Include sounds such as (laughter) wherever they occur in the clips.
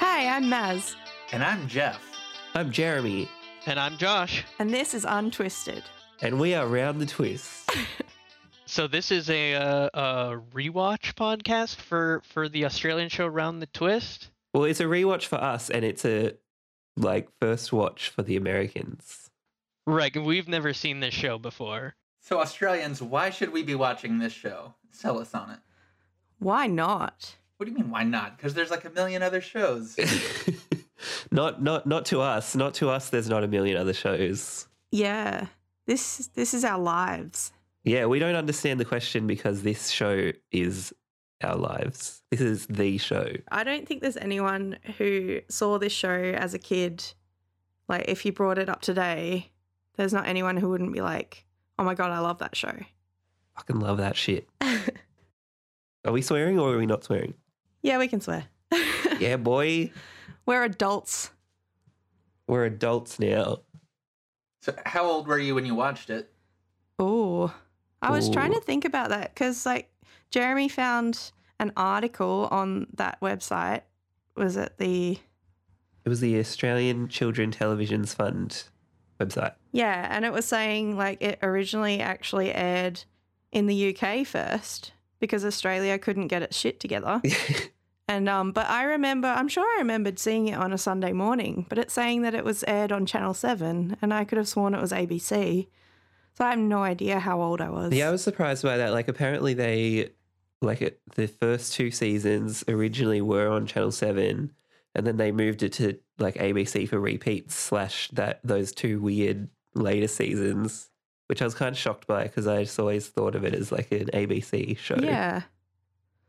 I'm Maz, And I'm Jeff. I'm Jeremy, And I'm Josh. and this is Untwisted. and we are Round the Twist. So this is a, uh, a rewatch podcast for for the Australian show Round the Twist. well, it's a rewatch for us, and it's a like first watch for the Americans. Right, and we've never seen this show before. So, Australians, why should we be watching this show? Sell us on it. Why not? What do you mean, why not? Because there's like a million other shows. not not not to us. Not to us. There's not a million other shows. Yeah, this this is our lives. Yeah, we don't understand the question because this show is our lives. This is the show. I don't think there's anyone who saw this show as a kid. Like, if you brought it up today, there's not anyone who wouldn't be like, "Oh my god, I love that show." Fucking love that shit. Are we swearing or are we not swearing? yeah, we can (laughs) swear. yeah, boy, We're adults. we're adults now. so, how old were you when you watched it? Oh, I was trying Ooh. to think about that because, like, Jeremy found an article on that website. Was it the It was the Australian Children Televisions Fund website. yeah? And it was saying like it originally actually aired in the UK first because Australia couldn't get its shit together. And um, but I remember, I'm sure I remembered seeing it on a Sunday morning, but it's saying that it was aired on Channel Seven, and I could have sworn it was ABC. So I have no idea how old I was. Yeah, I was surprised by that. Like, apparently they, like, it, the first two seasons originally were on Channel Seven, and then they moved it to like ABC for repeats slash that those two weird later seasons, which I was kind of shocked by because I just always thought of it as like an ABC show. yeah.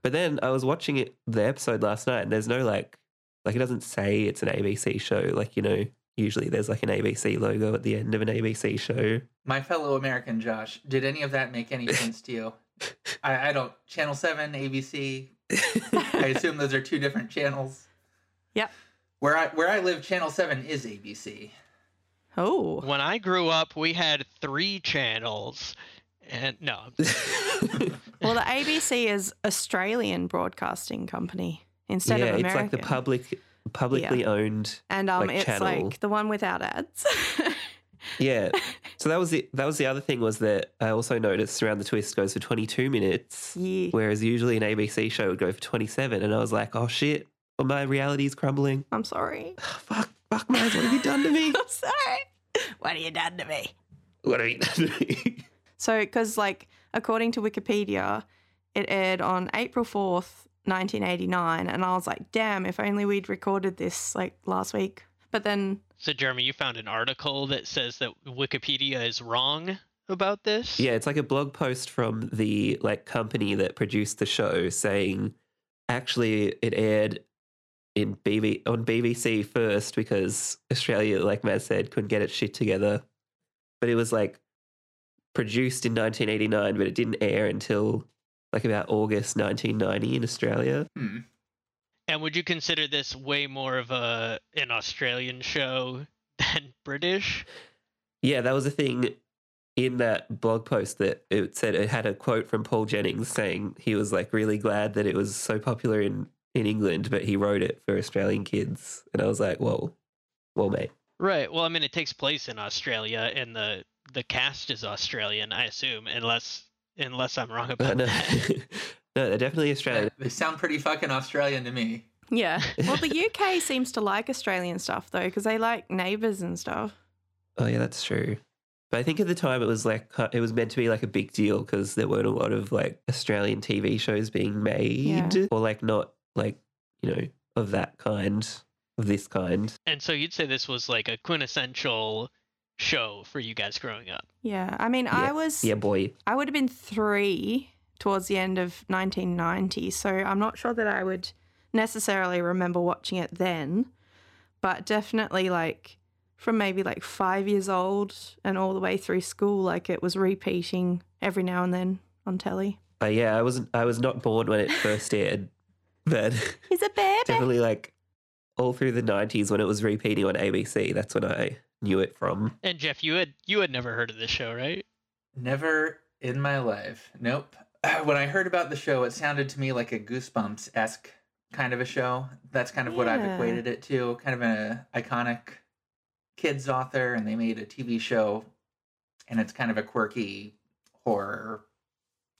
But then I was watching it the episode last night, and there's no like, like it doesn't say it's an ABC show. Like you know, usually there's like an ABC logo at the end of an ABC show. My fellow American Josh, did any of that make any sense to (laughs) you? I, I don't. Channel 7, ABC. I assume those are two different channels. Yep. Where I, where I live, Channel 7 is ABC. Oh, When I grew up, we had three channels. And no, well, the ABC is Australian Broadcasting Company instead yeah, of American. it's like the public, publicly owned. and um, like, it's channel. like the one without ads. (laughs) Yeah. So that was the that was the other thing was that I also noticed around the twist goes for 22 minutes, yeah. whereas usually an ABC show would go for 27, and I was like, oh shit, well, my reality's crumbling. (sighs) I'm sorry. Fuck, fuck, Maz, what have you done (laughs) to me? I'm sorry. What have you done to me? what have you done to me? So, because like according to Wikipedia, it aired on April fourth, nineteen eighty nine, and I was like, damn, if only we'd recorded this like last week. But then, so Jeremy, you found an article that says that Wikipedia is wrong about this. Yeah, it's like a blog post from the like company that produced the show saying actually it aired in BB on BBC first because Australia, like Matt said, couldn't get its shit together. But it was like produced in 1989, but it didn't air until like about August 1990 in Australia. Hmm. And would you consider this way more of a an Australian show than British? Yeah, that was a thing in that blog post that it said it had a quote from Paul Jennings saying he was like really glad that it was so popular in in England, but he wrote it for Australian kids, and I was like, whoa, well, mate, (laughs) Right. Well, I mean, it takes place in Australia, and the the cast is Australian, I assume, unless unless I'm wrong no, (laughs) about no, that. they're definitely Australian. They sound pretty fucking Australian to me. (laughs) yeah. Well, the UK seems to like Australian stuff though, because they like neighbours and stuff. (laughs) Oh yeah, that's true. But I think at the time it was like ki- it was meant to be like a big deal because there weren't a lot of like Australian TV shows being made, or like not like you know of that kind, of this kind. And so you'd say this was like a quintessential show for you guys growing up. Yeah. I mean, I was Yeah, boy. I would have been three towards the end of 1990, so I'm not sure that I would necessarily remember watching it then, but definitely like from maybe like five years old and all the way through school, like it was repeating every now and then on telly. Uh, yeah, I wasn't. I was not born when it first aired, (laughs) but He's a baby. definitely like all through the '90s when it was repeating on ABC. That's when I knew it from. And Jeff, you had you had never heard of this show, right? Never (sighs) in my life. Nope. When I heard about the show, it sounded to me like a Goosebumps esque kind of a show. That's kind of what I've Yeah. equated it to. Kind of an iconic kids author, and they made a TV show, and it's kind of a quirky horror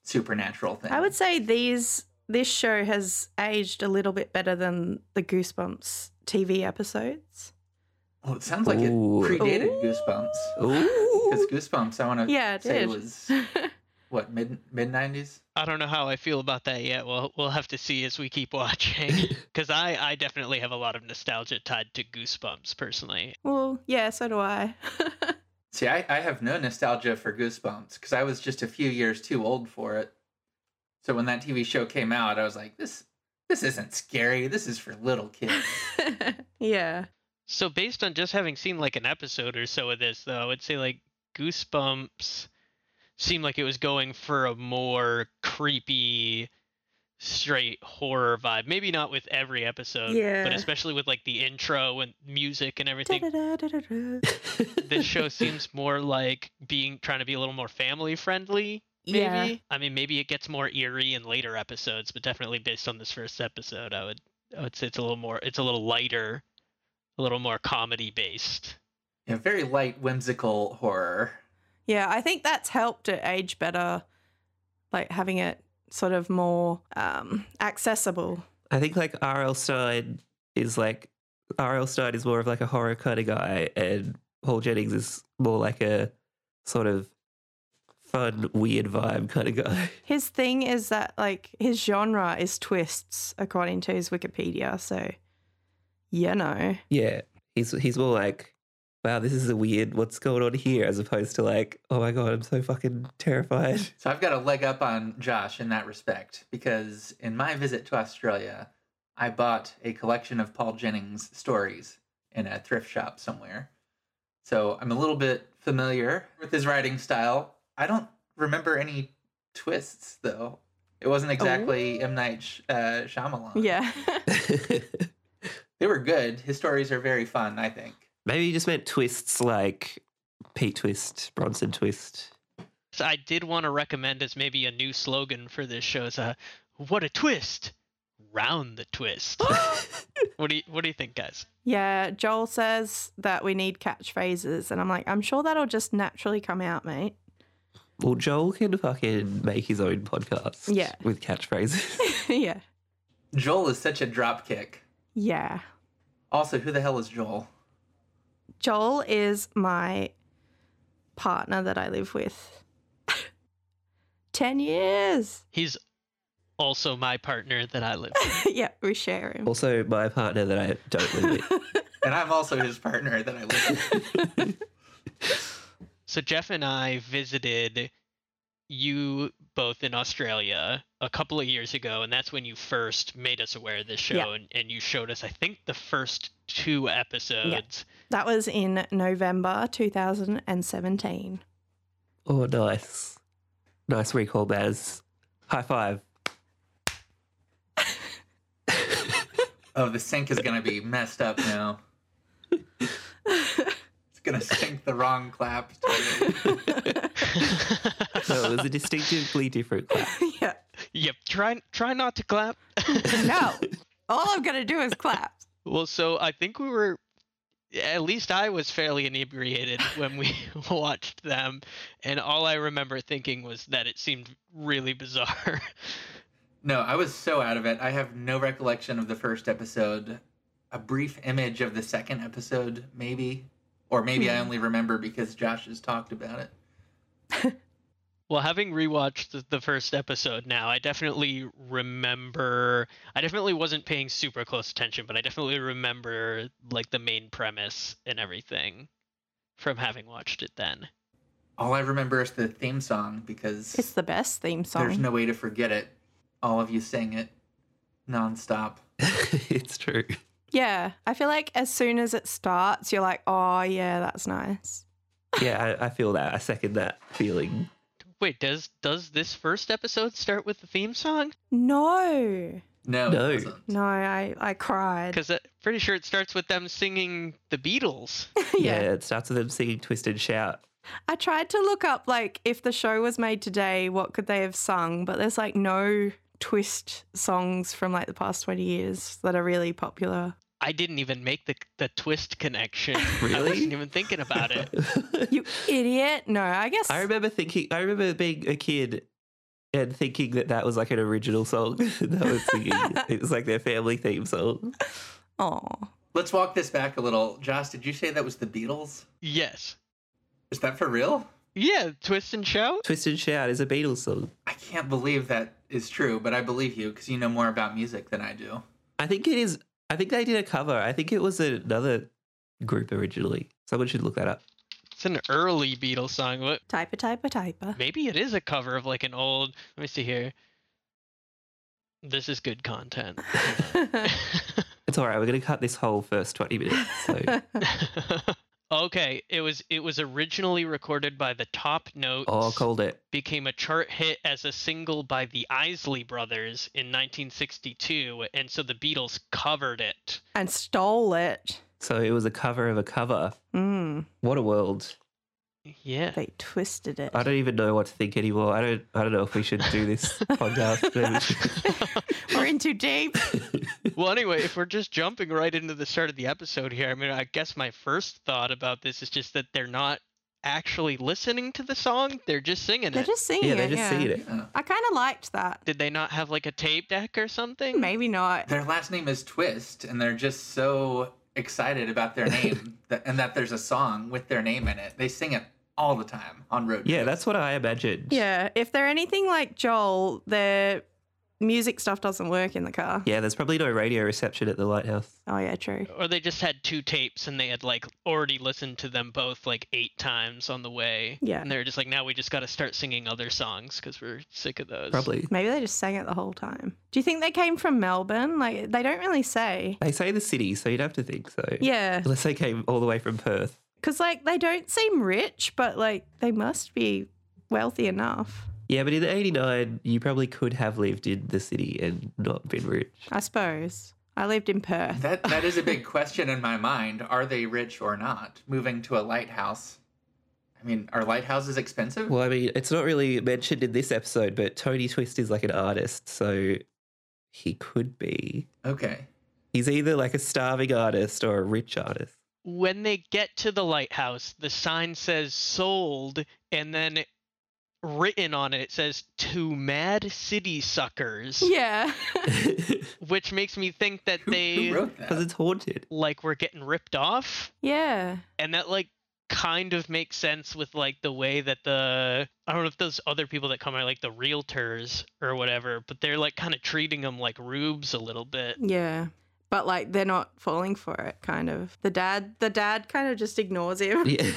supernatural thing. I would say these this show has aged a little bit better than the Goosebumps TV episodes. Well, it sounds like Ooh. it predated Ooh. Goosebumps. Because Ooh. Goosebumps, I want (laughs) to Yeah, it say did. was what mid mid nineties. I don't know how I feel about that yet. We'll we'll have to see as we keep (laughs) watching. Because I I definitely have a lot of nostalgia tied to Goosebumps personally. (laughs) well, yeah, so do I. (laughs) See, I, I have no nostalgia for Goosebumps because I was just a few years too old for it. So when that TV show came out, I was like, this this isn't scary. This is for (laughs) little kids. yeah. So based on just having seen like an episode or so of this, though, I would say like Goosebumps seemed like it was going for a more creepy, straight horror vibe. Maybe not with every episode, Yeah. but especially with like the intro and music and (laughs) everything. Da-da-da-da-da. (laughs) this show seems more like being trying to be a little more family friendly. Maybe Yeah. I mean maybe it gets more eerie in later episodes, but definitely based on this first episode, I would I would say it's a little more it's a little lighter, a little more comedy based. You know, very light, whimsical horror. Yeah, I think that's helped it age better, like having it sort of more um, accessible. I think like R.L. Stein is like R.L. Stein is more of like a horror kind of guy, and Paul Jennings is more like a sort of fun, weird vibe kind of guy. (laughs) His thing is that like his genre is twists, according to his Wikipedia. So, you know, Yeah, he's he's more like, wow, this is a weird. What's going on here? As opposed to like, oh my god, I'm so fucking terrified. So I've got a leg up on Josh in that respect because in my visit to Australia, I bought a collection of Paul Jennings stories in a thrift shop somewhere. So I'm a little bit familiar with his writing style. I don't remember any twists though. It wasn't exactly M Night Sh- uh, Shyamalan. yeah, (laughs) they were good. His stories are very fun. I think. (laughs) Maybe you just meant twists like Pete Twist, (gasps) Bronson Twist. So I did want to recommend as maybe a new slogan for this show is uh, what a twist. Round the twist. what do you what do you think, guys? yeah. Joel says that we need catchphrases, and I'm like, I'm sure that'll just naturally come out, mate. (laughs) Well, Joel can fucking make his own podcast. Yeah. with catchphrases. (laughs) yeah, Joel is such a dropkick. yeah. Also, who the hell is Joel? Joel is my partner that I live with. (laughs) Ten years. (laughs) He's also my partner that I live with. yeah, we share him. also, my partner that I don't (laughs) live with. And I'm also his partner that I live with. So Jeff and I visited you both in Australia a couple of years ago, and that's when you first made us aware of this show Yeah. and, and you showed us I think the first two episodes. (laughs) That was in November 2017. Oh, nice, nice recall, Baz. High five. Oh, the sink is gonna be messed up now. it's gonna sink the wrong clap. No, it was a distinctively different clap. (laughs) yeah. yep, try try not to clap. (laughs) No. All I'm going to do is clap. Well, so I think we were, at least I was fairly inebriated when we (laughs) watched them, and all I remember thinking was that it seemed really bizarre. No, I was so out of it. I have no recollection of the first episode. A brief image of the second episode, maybe, or maybe I Hmm. only remember because Josh has talked about it. Well, having rewatched the, the first episode now, I definitely remember. I definitely wasn't paying super close attention, but I definitely remember like the main premise and everything from having watched it then. All I remember is the theme song because It's the best theme there's song. no way to forget it. All of you sang it nonstop. (laughs) it's true. yeah. I feel like as soon as it starts, you're like, oh, yeah, that's nice. Yeah, I, I feel that. I second that feeling. Wait, does does this first episode start with the theme song? No. No, No. it doesn't. No, I, I cried. (laughs) Because uh, pretty sure it starts with them singing the Beatles. Yeah. (laughs) yeah. it starts with them singing "Twist and Shout." I tried to look up, like, if the show was made today, what could they have sung? But there's, like, no twist songs from like the past 20 years that are really popular. I didn't even make the the twist connection. I Really? wasn't even thinking about it. You idiot. No, I guess I remember thinking, I remember being a kid and thinking that that was like an original song (laughs) that I was (laughs) singing. it was like their family theme song. Oh. Let's walk this back a little. Josh, did you say that was the Beatles? Yes. Is that for real? Yeah, twist and shout. Twist and Shout is a Beatles song. I can't believe that is true, but I believe you because you know more about music than I do. I think it is, I think they did a cover. I think it was another group originally. Someone should look that up. It's an early Beatles song. What? Typer, typer, typer. Maybe it is a cover of like an old. Let me see here. This is good content. (laughs) It's all right. We're going to cut this whole first 20 minutes. So (laughs) okay, it was it was originally recorded by the Top Notes. oh, called it. became a chart hit as a single by the Isley Brothers in 1962, and so the Beatles covered it. and stole it. So it was a cover of a cover. Mm, What a world. Yeah. they twisted it. I don't even know what to think anymore. I don't. I don't know if we should (laughs) do this podcast. Maybe we should- We're in too deep. well, anyway, if we're just jumping right into the start of the episode here, I mean, I guess my first thought about this is just that they're not actually listening to the song; they're just singing They're it. just singing (laughs) yeah, they it. just yeah. seen it. Yeah. I kind of liked that. Did they not have like a tape deck or something? Maybe not. Their last name is Twist, and they're just so excited about (laughs) their name that, and that there's a song with their name in it. They sing it all the time on road. Yeah, trips. that's what I imagined. Yeah, if they're anything like Joel, their music stuff doesn't work in the car. Yeah, there's probably no radio reception at the lighthouse. Oh yeah, true. Or they just had two tapes and they had like already listened to them both like eight times on the way. Yeah. And they were just like, now we just got to start singing other songs because we're sick of those. Probably. Maybe they just sang it the whole time. Do you think they came from Melbourne? Like they don't really say. They say the city, so you'd have to think so. Yeah, Unless they came all the way from Perth. because like they don't seem rich, but like they must be wealthy enough, Yeah, but in '89, you probably could have lived in the city and not been rich. I suppose. I lived in Perth. That that is a (laughs) big question in my mind. Are they rich or not? Moving to a lighthouse. I mean, are lighthouses expensive? Well, I mean, it's not really mentioned in this episode, but Tony Twist is like an artist, so he could be. Okay. He's either like a starving artist or a rich artist. (laughs) when they get to the lighthouse, the sign says sold, and then written on it, it says to mad city suckers, (laughs) Yeah. Because which makes me think that Who, they who wrote that? it's haunted. (laughs) like were getting ripped off, yeah. and that like kind of makes sense with like the way that the I don't know if those other people that come are like the realtors or whatever, but they're like kind of treating them like rubes a little bit. Yeah. But like they're not falling for it kind of. The dad the dad kind of just ignores him. Yeah. (laughs)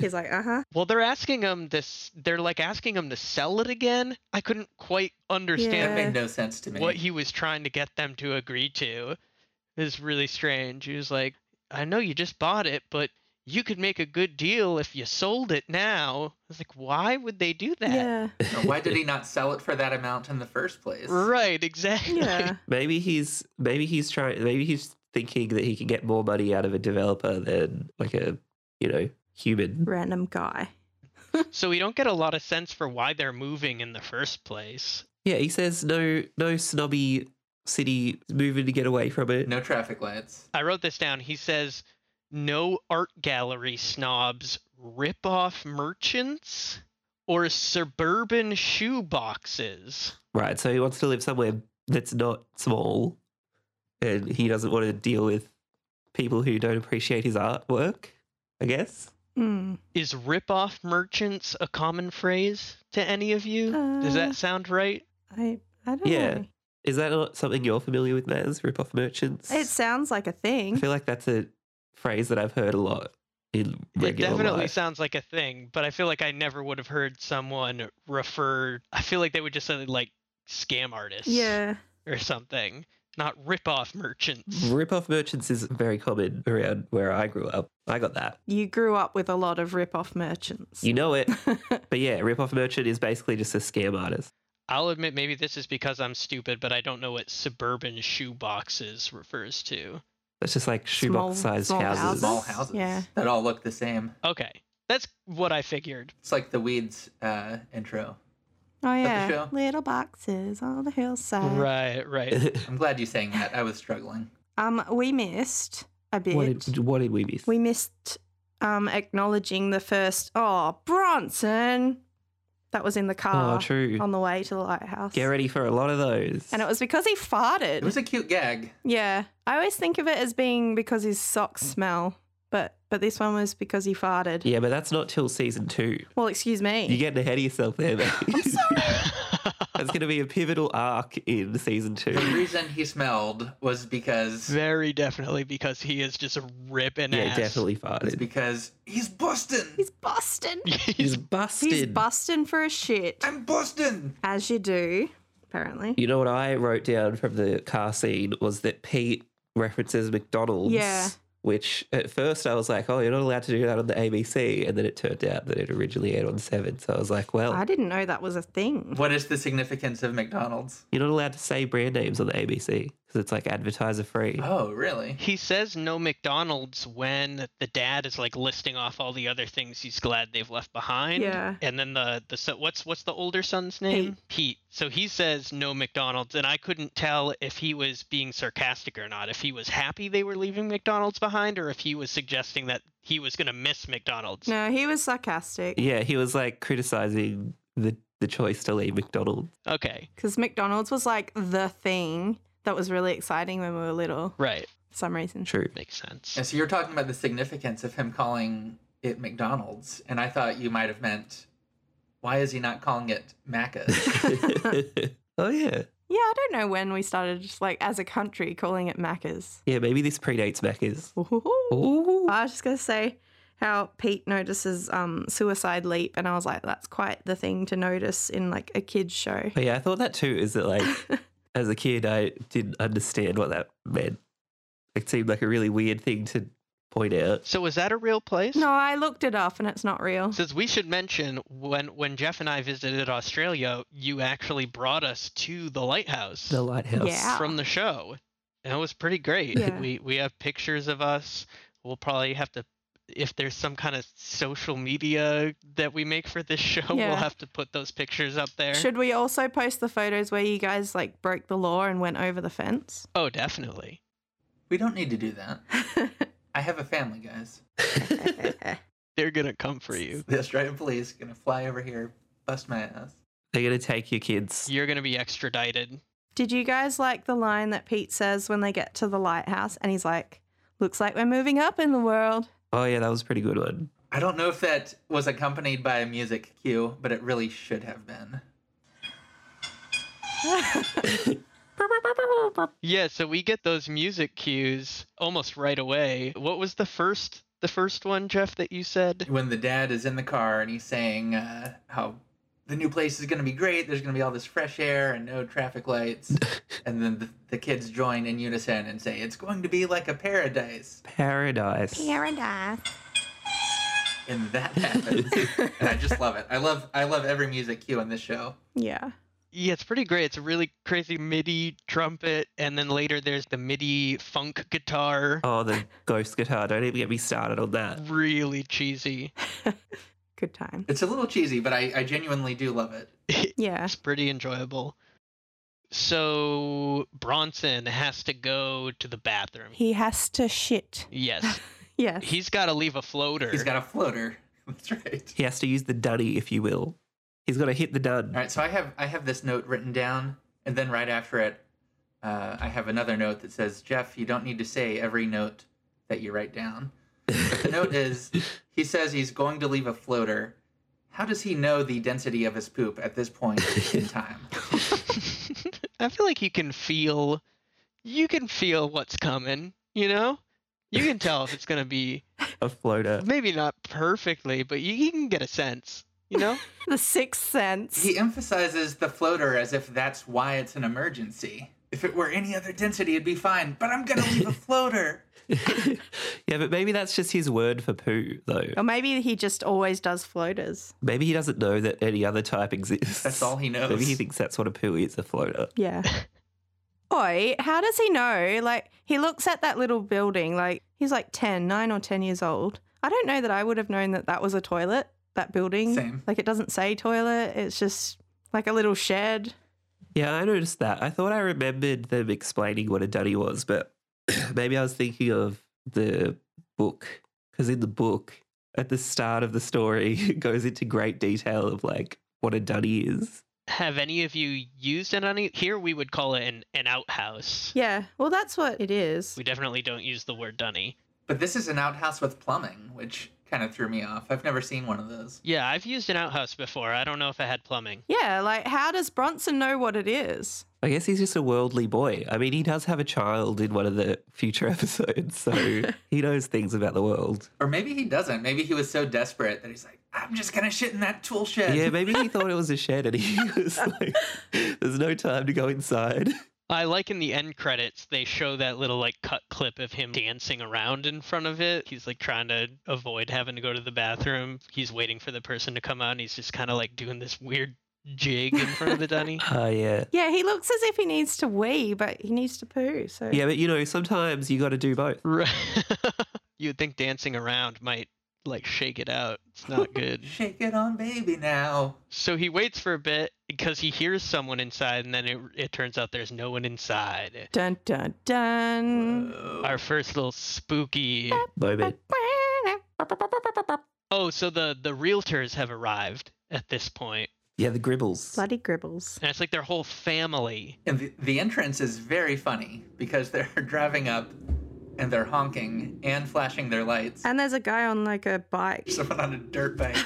He's like, "Uh-huh." Well, they're asking them this. They're like asking them to sell it again. I couldn't quite understand That made no sense to me. what he was trying to get them to agree to is really strange. He was like, I know you just bought it, but you could make a good deal if you sold it now. I was like, why would they do that? Yeah. Or Why (laughs) did he not sell it for that amount in the first place? Right, exactly. (laughs) Yeah. maybe he's maybe he's trying maybe he's thinking that he can get more money out of a developer than like a you know human. Random guy. So we don't get a lot of sense for why they're moving in the first place. Yeah, he says no no snobby city moving to get away from it. No traffic lights. I wrote this down. He says, no art gallery snobs, rip-off merchants, or suburban shoe boxes. Right, so he wants to live somewhere that's not small, and he doesn't want to deal with people who don't appreciate his artwork. I guess. Mm. Is rip-off merchants a common phrase to any of you? Does Uh, that sound right? I I don't Yeah. know. Is that not something you're familiar with, Maz? Rip off merchants. It sounds like a I thing. feel like that's a phrase that I've heard a lot in It regular definitely life. sounds like a thing, but I feel like I never would have heard someone refer. I feel like they would just say like scam artists Yeah. or something, not rip-off merchants. Rip-off merchants is very common around where I grew up. I got that. You grew up with a lot of rip-off merchants. (laughs) Oh, You know it. but yeah, rip-off merchant is basically just a scam artist. I'll admit maybe this is because I'm stupid, but I don't know what suburban shoe boxes refers to. That's just like Small- shoebox-sized small houses. Small (laughs) houses Yeah. that all look the same. Okay, that's what I figured. It's like the weeds uh, intro. Oh yeah, show? little boxes on the Uh-huh. hillside. (laughs) Right, right. (laughs) I'm glad you sang that. I was struggling. Um, we missed a bit. what, did, what did we miss? we missed um acknowledging the first. Oh, Bronson. That was in the car oh, true. on the way to the lighthouse. Get ready for a lot of those. And it was because he farted. It was a cute gag. yeah, I always think of it as being because his socks smell, but but this one was because he farted. yeah, but that's not till season two. Well, excuse me. You're getting ahead of yourself (laughs) there, mate. (laughs) That's going to be a pivotal arc in season The two. reason he smelled was because Very definitely because he is just a ripping yeah, ass. (laughs) definitely it's farted. because he's Boston. He's busting. He's He's busted. busting for a shit. I'm Boston. As you do, apparently. you know what I wrote down from the car scene was that Pete references McDonald's. Yeah. Which at first I was like, oh, you're not allowed to do that on the ABC. And then it turned out that it originally aired on 7. So I was like, well, I didn't know that was a thing. What is the significance of McDonald's? you're not allowed to say brand names on the ABC because it's like advertiser free. Oh, really? He says no McDonald's when the dad is like listing off all the other things he's glad they've left behind. Yeah. And then the the so what's what's the older son's name? Pete. So he says no McDonald's, and I couldn't tell if he was being sarcastic or not. If he was happy they were leaving McDonald's behind, or if he was suggesting that he was gonna miss McDonald's. No, he was sarcastic Yeah, he was like criticizing the, the choice to leave McDonald's. Okay. because McDonald's was like the thing that was really exciting when we were little Right. for some reason. True. (laughs) (laughs) Makes sense. And so you're talking about the significance of him calling it McDonald's, and I thought you might have meant, why is he not calling it (laughs) Macca's? oh, yeah. Yeah, I don't know when we started just like as a country calling it Macca's. Yeah, maybe this predates Macca's. Ooh. Ooh. I was just going to say how Pete notices um, suicide leap, and I was like, that's quite the thing to notice in like a kid's show. But yeah, I thought that too. Is that like as a kid, I didn't understand what that meant. It seemed like a really weird thing to point out. So is that a real (laughs) place? No, I looked it up and it's not real. Since we should mention when when Jeff and I visited Australia, you actually brought us to the lighthouse The lighthouse. Yeah. from the show. And it was pretty great. Yeah. We we have pictures of us. We'll probably have to if there's some kind of social media that we make for this (laughs) show, Yeah. we'll have to put those pictures up there. Should we also post the photos where you guys like broke the law and went over the fence? (laughs) Oh, definitely. we don't need to do that. I have a family, guys. They're gonna come for you. The Australian police gonna fly over here, bust my ass. (laughs) They're gonna take your kids. You're gonna be extradited. Did you guys like the line that Pete says when they get to the lighthouse and he's like, looks like we're moving up in the world? Oh yeah, that was a pretty good one. I don't know if that was accompanied by a music cue, but it really should have been. Yeah, so we get those music cues almost right away. What was the first the first one, Jeff, that you said? When the dad is in the car and he's saying uh, how the new place is gonna be great, there's gonna be all this fresh air and no traffic lights, and then the, the kids join in unison and say, it's going to be like a paradise. Paradise. Paradise. and that happens and i just love it i love i love every music cue in this show Yeah. Yeah, it's pretty great. It's a really crazy MIDI trumpet, and then later there's the MIDI funk guitar. Oh, the ghost guitar. Don't even get me started on that. Really cheesy. Good time. it's a little cheesy but i, I genuinely do love it Yeah. It's pretty enjoyable. So Bronson has to go to the bathroom. He has to shit. Yes, (laughs) Yes. he's got to leave a floater. he's got a floater (laughs) that's right He has to use the dunny, if you will. He's got to hit the dun. (laughs) all right so i have i have this note written down and then right after it uh, i have another note that says jeff you don't need to say every note that you write down but the (laughs) note is he says he's going to leave a floater how does he know the density of his poop at this point (laughs) in time (laughs) I feel like you can feel, you can feel what's coming. You know, you can tell if it's gonna be A floater. (laughs) maybe not perfectly, but you, you can get a sense. (laughs) You know. The sixth sense. He emphasizes the floater as if that's why it's an emergency. If it were any other density, it'd be fine, but I'm gonna leave a floater. yeah, but maybe that's just his word for poo, though. Or maybe he just always does floaters. Maybe he doesn't know that any other type exists. That's all he knows. Maybe he thinks that's what a poo is, a floater. Yeah. (laughs) Oi, how does he know? Like, he looks at that little building, like, he's like 10, 9 or 10 years old. I don't know that I would have known that that was a toilet, that building. Same. Like, it doesn't say toilet, it's just like a little shed. Yeah, I noticed that. I thought I remembered them explaining what a dunny was, but (clears throat) maybe I was thinking of the book. Because in the book, at the start of the story, (laughs) it goes into great detail of like what a dunny is. Have any of you used an any? Here we would call it an, an outhouse. Yeah, well, that's what it is. We definitely don't use the word dunny. But this is an outhouse with plumbing, which kind of threw me off. I've never seen one of those. Yeah, I've used an outhouse before. I don't know if it had plumbing. Yeah, like how does Bronson know what it is? I guess he's just a worldly boy. I mean, he does have a child in one of the future (laughs) episodes, so he knows things about the world. Or maybe he doesn't. Maybe he was so desperate that he's like, I'm just gonna shit in that tool shed. Yeah, maybe he thought it was a shed and he (laughs) was like, there's no time to go inside. I like in the end credits, they show that little like cut clip of him dancing around in front of it. He's like trying to avoid having to go to the bathroom. He's waiting for the person to come out and he's just kind of like doing this weird jig in front of (laughs) the dunny. Oh, yeah. Yeah, he looks as if he needs to wee, but he needs to poo. So Yeah, but you know, sometimes you got to do both. Right. (laughs) You'd think dancing around might like shake it out. It's not good. Shake it on baby now. so he waits for a bit because he hears someone inside and then it, it turns out there's no one inside. dun dun dun. Whoa. Our first little spooky. Moment. Oh, so the the realtors have arrived at this point. Yeah, the gribbles. Bloody gribbles. And it's like their whole family. And the, the entrance is very funny because (laughs) they're driving up and they're honking and flashing their lights. And there's a guy on like a bike. (laughs) Someone on a dirt bike.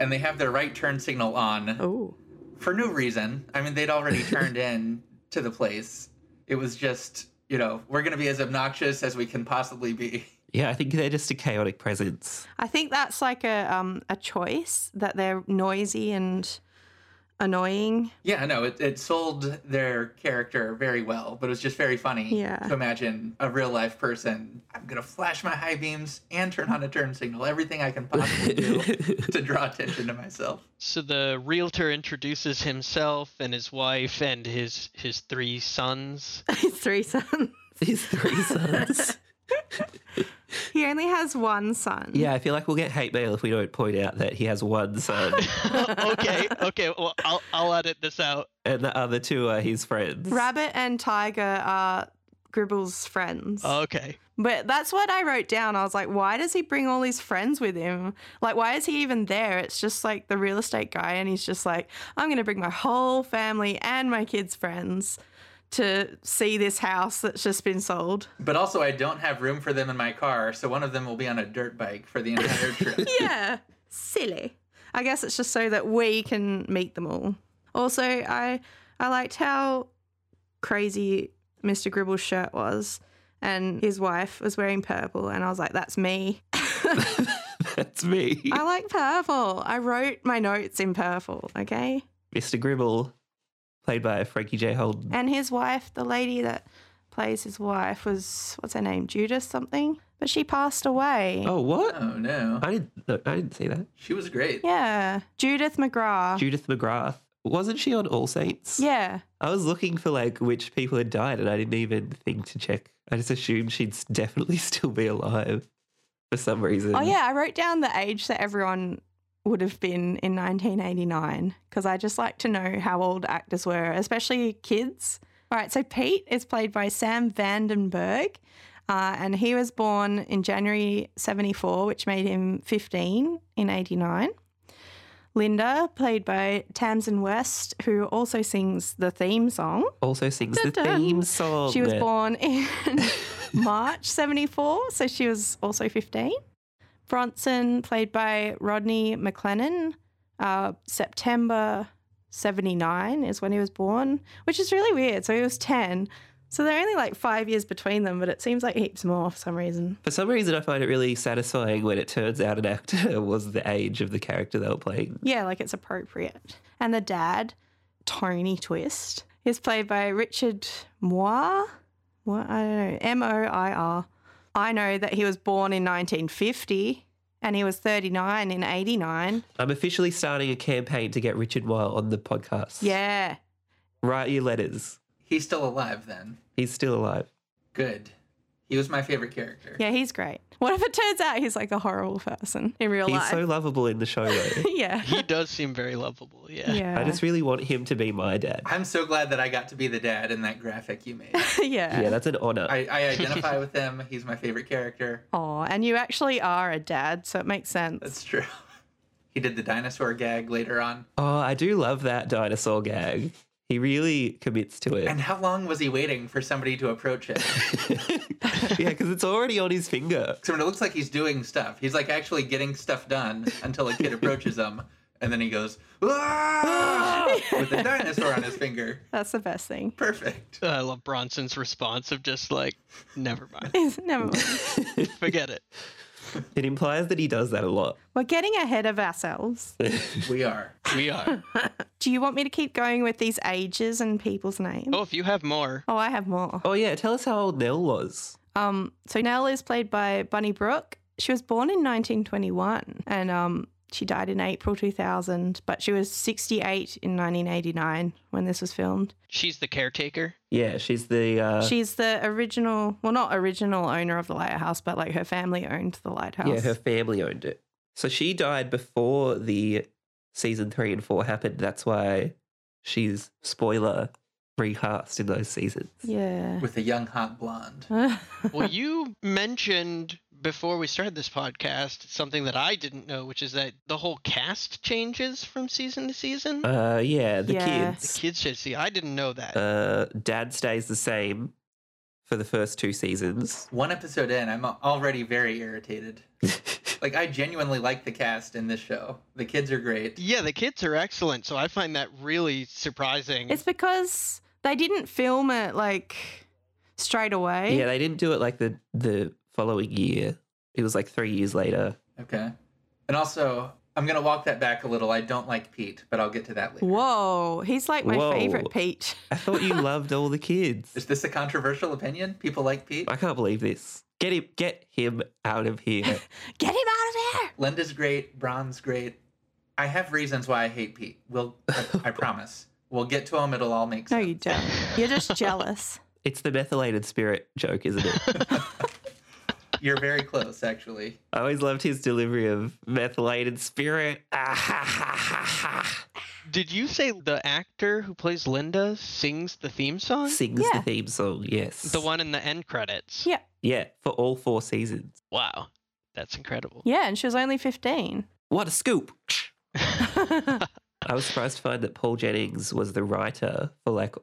and they have their right turn signal on Oh, for no reason. I mean, they'd already turned in to the place. It was just, you know, we're going to be as obnoxious as we can possibly be. Yeah, I think they're just a chaotic presence. (laughs) I think that's like a um a choice that they're noisy and annoying. (laughs) Yeah, no, it, it sold their character very well, but it was just very funny Yeah. to imagine a real life person. I'm going to flash my high beams and turn on a turn signal, everything I can (laughs) possibly do to draw attention to myself. So the realtor introduces himself and his wife and his his three sons. His three sons. These three sons. He only has one son. (laughs) Yeah, I feel like we'll get hate mail if we don't point out that he has one (laughs) son okay, okay, well I'll I'll edit this out. and the other two are his friends. Rabbit and Tiger are Gribble's friends. Okay. But that's what I wrote down. I was like, why does he bring all his friends with him? Like, why is he even there? It's just like the real estate guy, and he's just like, I'm going to bring my whole family and my kids' friends to see this house that's just been sold. But also, I don't have room for them in my car, so one of them will be on a dirt bike for the (laughs) entire trip. Yeah, silly. I guess it's just so that we can meet them all. Also, I I liked how crazy Mr. Gribble's shirt was, and his wife was wearing purple, and I was like, that's (laughs) me. (laughs) That's me. (laughs) I like purple. I wrote my notes in purple, okay? Mr. Gribble, played by Frankie J. Holden. And his wife, the lady that plays his wife, was what's her name? Judith something? But she passed away. Oh, what? oh, no. I didn't. no, I didn't see that. She was great. Yeah. Judith McGrath. Judith McGrath. Wasn't she on All Saints? Oh. yeah. I was looking for like which people had died, and I didn't even think to check. I just assumed she'd s- definitely (laughs) still be alive for some reason. Oh, yeah. I wrote down the age that everyone would have been in 1989 because I just like to know how old actors were, especially kids. All right. So Pete is played by Sam Vandenberg. Uh, and he was born in January 74, which made him 15 in 89. Linda, played by Tamsin West, who also sings the theme song. Also sings the Dun-dun. theme song. She was born in (laughs) March 74, so she was also 15. Bronson, played by Rodney McLennan, uh, September 79 is when he was born, which is really weird. So he was 10. So they're only like five years between them, but it seems like heaps more for some reason. For some reason, I find it really satisfying when it turns out an actor (laughs) was the age of the character they were playing. Yeah, like it's appropriate. And the dad, Tony Twist, is played by Richard Moir. What I don't know, M O I R. I know that he was born in 1950 and he was 39 in 89. I'm officially starting a campaign to get Richard Moore on the podcast. Yeah. Write your letters. He's still alive then. He's still alive. Good. He was my favorite character. Yeah, he's great. What if it turns out he's like a horrible person in real He's life? (laughs) so lovable in the show, though. (laughs) yeah. He does seem very lovable. Yeah. yeah. I just really want him to be my dad. I'm so glad that I got to be the dad in that graphic (laughs) you made. (laughs) yeah. Yeah, that's an honor. I, I identify with him. He's my favorite character. Aw, and you actually are a dad, so it makes sense. That's true. (laughs) He did the dinosaur gag later on. oh, I do love that dinosaur gag. He really commits to (laughs) it. And how long was he waiting for somebody to approach it? yeah, because it's already on his finger. (laughs) So when it looks like he's doing stuff, he's like actually getting stuff done until a kid approaches him, and then he goes "Ah!" with a dinosaur on his finger. That's the best thing. (laughs) Perfect. I love Bronson's response of just like, never mind, Never mind. forget it. It implies that he does that a lot. We're getting ahead of ourselves. We are. We are. Do you want me to keep going with these ages and people's names? Oh, if you have more, Oh, I have more. Oh, yeah, tell us how old Nell was. Um, so Nell is played by Bunny Brooke. She was born in 1921 and um, she died in April 2000, but she was 68 in 1989 when this was filmed. she's the caretaker. Yeah, she's the. Uh, She's the original, well, not original owner of the lighthouse, but like her family owned the lighthouse. yeah, her family owned it. So she died before the season three and four happened. That's why she's, spoiler, recast in those seasons. Yeah. With a young hot blonde. (laughs) Well, you mentioned before we started this podcast something that I didn't know, which is that the whole cast changes from season to season. Uh, yeah, the Yeah. the kids. kids should see. I didn't know that. Uh, dad stays the same for the first two seasons. (laughs) One episode in, I'm already very irritated. Like I genuinely like the cast in this show. The kids are great. yeah, the kids are excellent, so I find that really surprising. (laughs) it's because they didn't film it like straight away. yeah, they didn't do it like the the following year. It was like three years later. Okay. And also, I'm gonna walk that back a little. I don't like Pete, but I'll get to that later. Whoa, he's like my Whoa. favorite Pete. I thought you loved all the Is kids. this a controversial opinion? People like Pete. I can't believe this. Get him, get him out of here. Get him out of here! Linda's great. Bron's great. I have reasons why I hate Pete. We'll, I, I promise. We'll get to him. It'll all make No, sense. you don't. You're (laughs) just jealous. It's the methylated spirit joke, isn't it? You're very close, actually. I always loved his delivery of methylated spirit. Ah, ha, ha, ha, Did you say the actor who plays Linda sings the theme ha. (laughs) song? Sings Yeah. the theme song, yes. The one in the end credits. Yeah. Yeah, for all four seasons. Wow. That's incredible. Yeah, and she was only (laughs) 15. What a scoop! I was surprised to find that Paul Jennings was the writer for like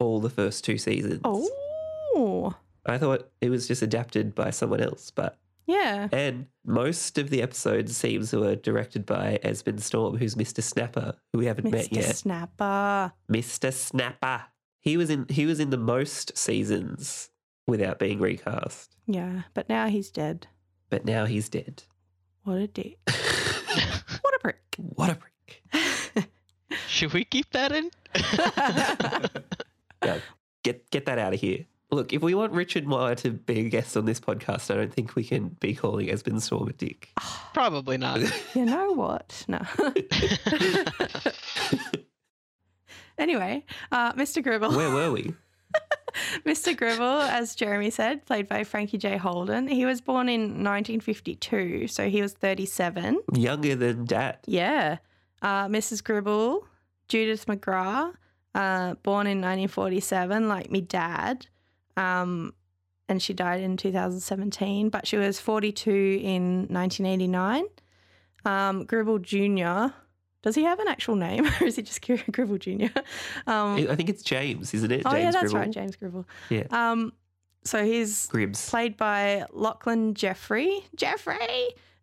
all the first two seasons. oh, I thought it was just adapted by someone else, but yeah. and most of the episodes seems were directed by Esmond Storm, who's Mr. Snapper, who we haven't met Mr. yet. Snapper. Mr. Snapper. He was in he was in the most seasons without being recast, Yeah, but now he's dead. but now he's dead. (laughs) What a (laughs) dick. What a prick. what a prick. (laughs) Should we keep that in? Get get that out of here. Look, if we want Richard Meyer to be a guest on this podcast, I don't think we can be calling Esmond Storm a dick. Probably not. (laughs) (laughs) you know what? No. (laughs) anyway, uh, Mr. Gribble. (laughs) Where were we? Mr. Gribble, as Jeremy said, played by Frankie J. Holden. He was born in 1952, so he was 37. Younger than Dad. Yeah. Uh, Mrs. Gribble, Judith McGrath, uh, born in 1947, like me dad. Um, and she died in 2017, but she was 42 in 1989. Um, Gribble Jr. Does he have an actual name (laughs) or is he just Gri- Gribble Jr.? (laughs) Um, I think it's James, isn't it? oh, James yeah, that's Gribble. right, James Gribble. Yeah. Um, so he's Gribbs. played by Lachlan Jeffrey. Jeffrey!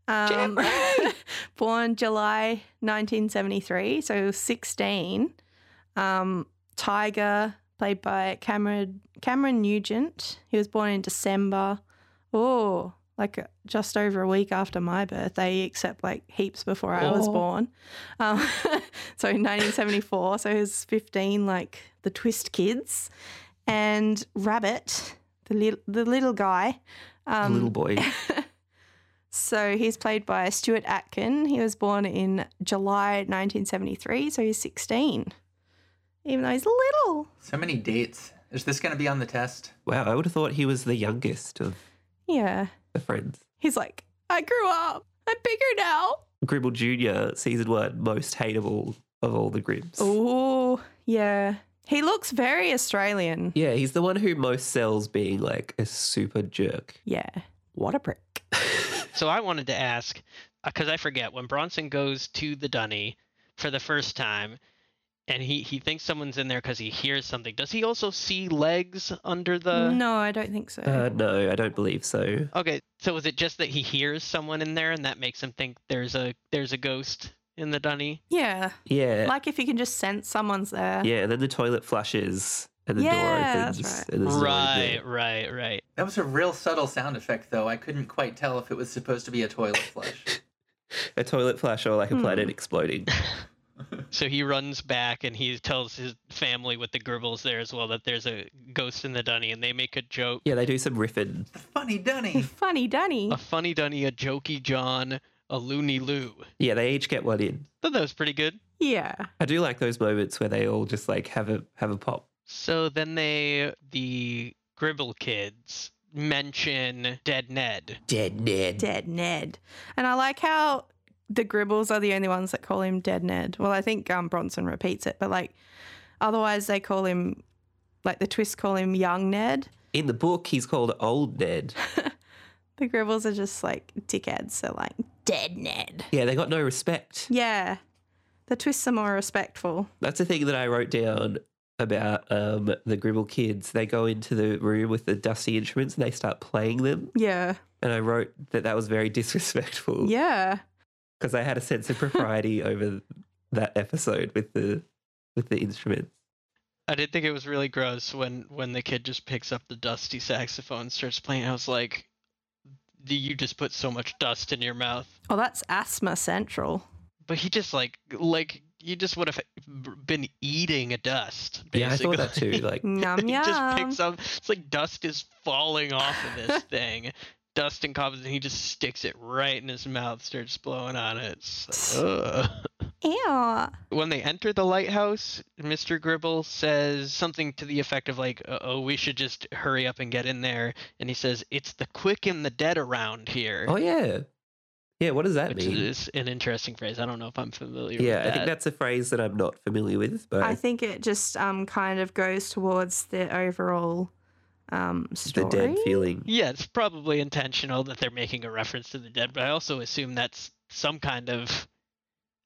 Um, Jeffrey! (laughs) born July 1973, so 16. Um, Tiger, played by Cameron, Cameron Nugent. He was born in December. Oh, like uh, just over a week after my birthday, except like heaps before I was Oh. born. Um, (laughs) so in 1974, so he was 15, like the Twist Kids. And Rabbit, the, li- the little guy. The Um, (laughs) little boy. so he's played by Stuart Atkin. He was born in July 1973, so he's 16, even though he's little. So many dates. Is this going to be on the test? Wow, I would have thought he was the youngest of Yeah. the friends. He's like, I grew up. I'm bigger now. Gribble Jr., season one, most hateable of all the Grims. Oh, yeah. He looks very Australian. Yeah, he's the one who most sells being like a super jerk. Yeah. What a prick. So I wanted to ask, because I forget, when Bronson goes to the dunny for the first time, and he, he thinks someone's in there because he hears something. Does he also see legs under the? no, I don't think so. Uh, no, I don't believe so. Okay, so is it just that he hears someone in there and that makes him think there's a there's a ghost in the dunny? yeah. Yeah. Like if you can just sense someone's there. yeah, and then the toilet flushes and the Yeah, door that's opens. right. And there's no one Right, there. right, right. That was a real subtle sound effect, though. I couldn't quite tell if it was supposed to be a toilet flush. A toilet flush or like a Hmm. planet exploding. So he runs back and he tells his family with the Gerbils there as well that there's a ghost in the dunny, and they make a joke, Yeah, they do some riffing. the funny dunny. Funny Dunny. a funny dunny, a jokey John, a loony Lou. Yeah, they each get one in. Thought that was pretty good. Yeah. I do like those moments where they all just like have a have a pop. So then they the Gribble kids mention Dead Ned. Dead Ned. Dead Ned. And I like how the Gribbles are the only ones that call him Dead Ned. Well, I think um, Bronson repeats it, but like otherwise they call him, like the twists call him Young Ned. In the book, he's called Old Ned. The Gribbles are just like dickheads. So like Dead Ned. Yeah, they got no respect. Yeah. The twists are more respectful. That's the thing that I wrote down about um, the Gribble kids. They go into the room with the dusty instruments and they start playing them. Yeah. And I wrote that that was very (laughs) disrespectful. Yeah. Because I had a sense of (laughs) propriety over that episode with the with the instruments. I did think it was really gross when when the kid just picks up the dusty saxophone and starts playing. I was like, "Do you just put so much dust in your mouth?" Oh, that's asthma central. But he just like like you just would have been eating a dust. Basically. Yeah, I thought that too. Like, (laughs) Yum (laughs) he just yum. picks up. It's like dust is falling off (laughs) of this thing. Dust and cobwebs, and he just sticks it right in his mouth, starts blowing on it. It's (laughs) like, ugh. Ew. when they enter the lighthouse, Mr. Gribble says something to the effect of like, "Uh, "Oh, we should just hurry up and get in there." And he says, "It's the quick and the dead around here," oh yeah, yeah. What does that which mean? is an interesting phrase. I don't know if I'm familiar. Yeah, with I think that. that's a phrase that I'm not familiar with, but I think it just um kind of goes towards the overall um the story. dead feeling. Yeah, it's probably intentional that they're making a reference to the dead, but I also assume that's some kind of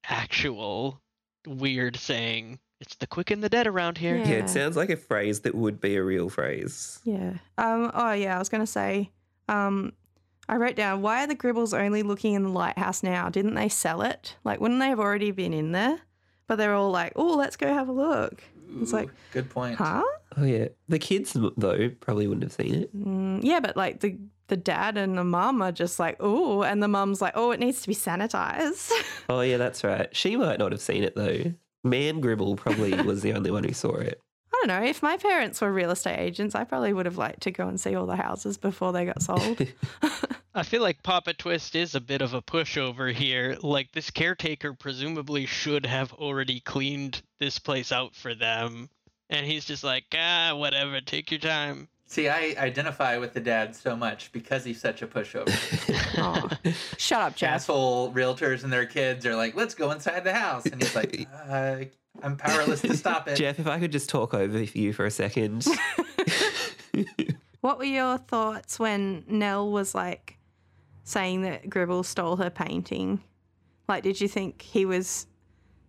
actual weird saying. It's the quick and the dead around here. Yeah, Yeah. it sounds like a phrase that would be a real phrase. Yeah. Um. Oh, yeah. I was gonna say. Um. I wrote down why are the Gribbles only looking in the lighthouse now? Didn't they sell it? Like, wouldn't they have already been in there? But they're all like, "Oh, let's go have a look." It's like- Ooh, good point. Huh? Oh yeah, the kids though probably wouldn't have seen it. Mm, yeah, but like the the dad and the mum are just like, "Oh," and the mum's like, "Oh, it needs to be sanitized." (laughs) Oh yeah, that's right. She might not have seen it though. Man Gribble probably (laughs) was the only one who saw it. I don't know. If my parents were real estate agents, I probably would have liked to go and see all the houses before they got Oh, (laughs) sold. I feel like Papa Twist is a bit of a pushover here. Like this caretaker presumably should have already cleaned this place out for them. And he's just like, ah, whatever, take your time. See, I identify with the dad so much because he's such a pushover. oh, shut up, Jeff. asshole realtors and their kids are like, "Let's go inside the house," and he's like, uh, "I'm powerless to stop it." Jeff, if I could just talk over you for a second. What were your thoughts when Nell was like saying that Gribble stole her painting? Like, did you think he was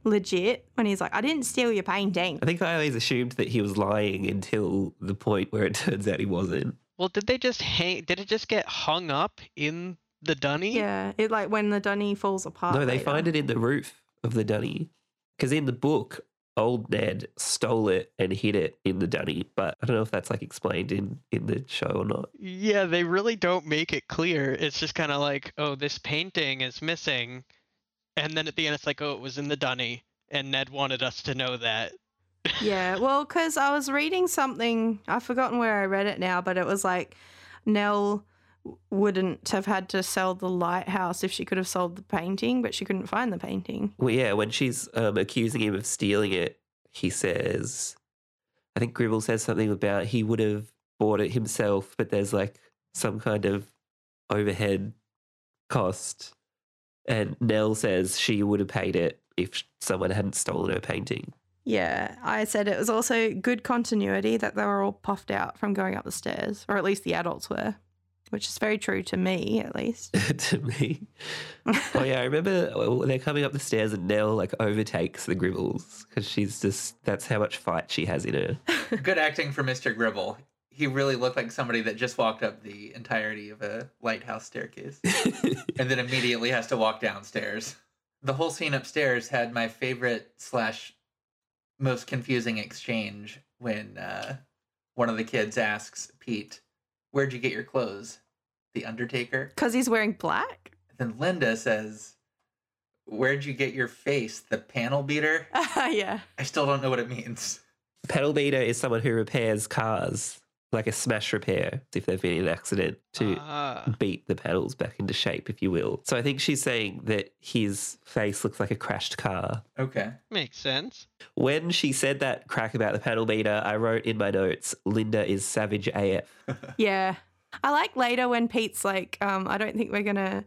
legit when he's like, I didn't steal your painting? I think I always assumed that he was lying until the point where it (laughs) turns out he wasn't. Well, did they just hang? Did it just get hung up in the dunny? Yeah, it like when the dunny falls apart. no, they find it in the roof of the dunny. Because in the book, old Ned stole it and hid it in the dunny. But I don't know if that's like explained in, in the show or not. Yeah, they really don't make it clear. It's just kind of like, oh, this painting is missing. And then at the end, it's like, oh, it was in the dunny. And Ned wanted us to know that. Yeah, well, because I was reading something, I've forgotten where I read it now, but it was like Nell w- wouldn't have had to sell the lighthouse if she could have sold the painting, but she couldn't find the painting. Well, yeah, when she's um, accusing him of stealing it, he says, I think Gribble says something about he would have bought it himself, but there's like some kind of overhead cost. And Nell says she would have paid it if someone hadn't stolen her painting. (laughs) Yeah, I said it was also good continuity that they were all puffed out from going up the stairs, or at least the adults were, which is very true to me, at least. to me. Oh yeah, I remember well, they're coming up the stairs and Nell like overtakes the Gribbles because she's just that's how much fight she has in her. Good acting for Mr. Gribble. He really looked like somebody that just walked up the entirety of a lighthouse staircase (laughs) and then immediately has to walk downstairs. The whole scene upstairs had my favorite slash most confusing exchange when uh, one of the kids asks Pete, "Where'd you get your clothes?" The Undertaker. Because he's wearing black? (laughs) Then Linda says, "Where'd you get your face? The panel beater." (laughs) yeah. I still don't know what it means. Pedal beater is someone who repairs cars, like a smash repair if they've been in an accident to Ah. beat the pedals back into shape, if you will. So I think she's saying that his face looks like a crashed car. Okay. makes sense. When she said that crack about the pedal beater, I wrote in my notes, Linda is savage AF. Yeah. I like later when Pete's like, um, I don't think we're going to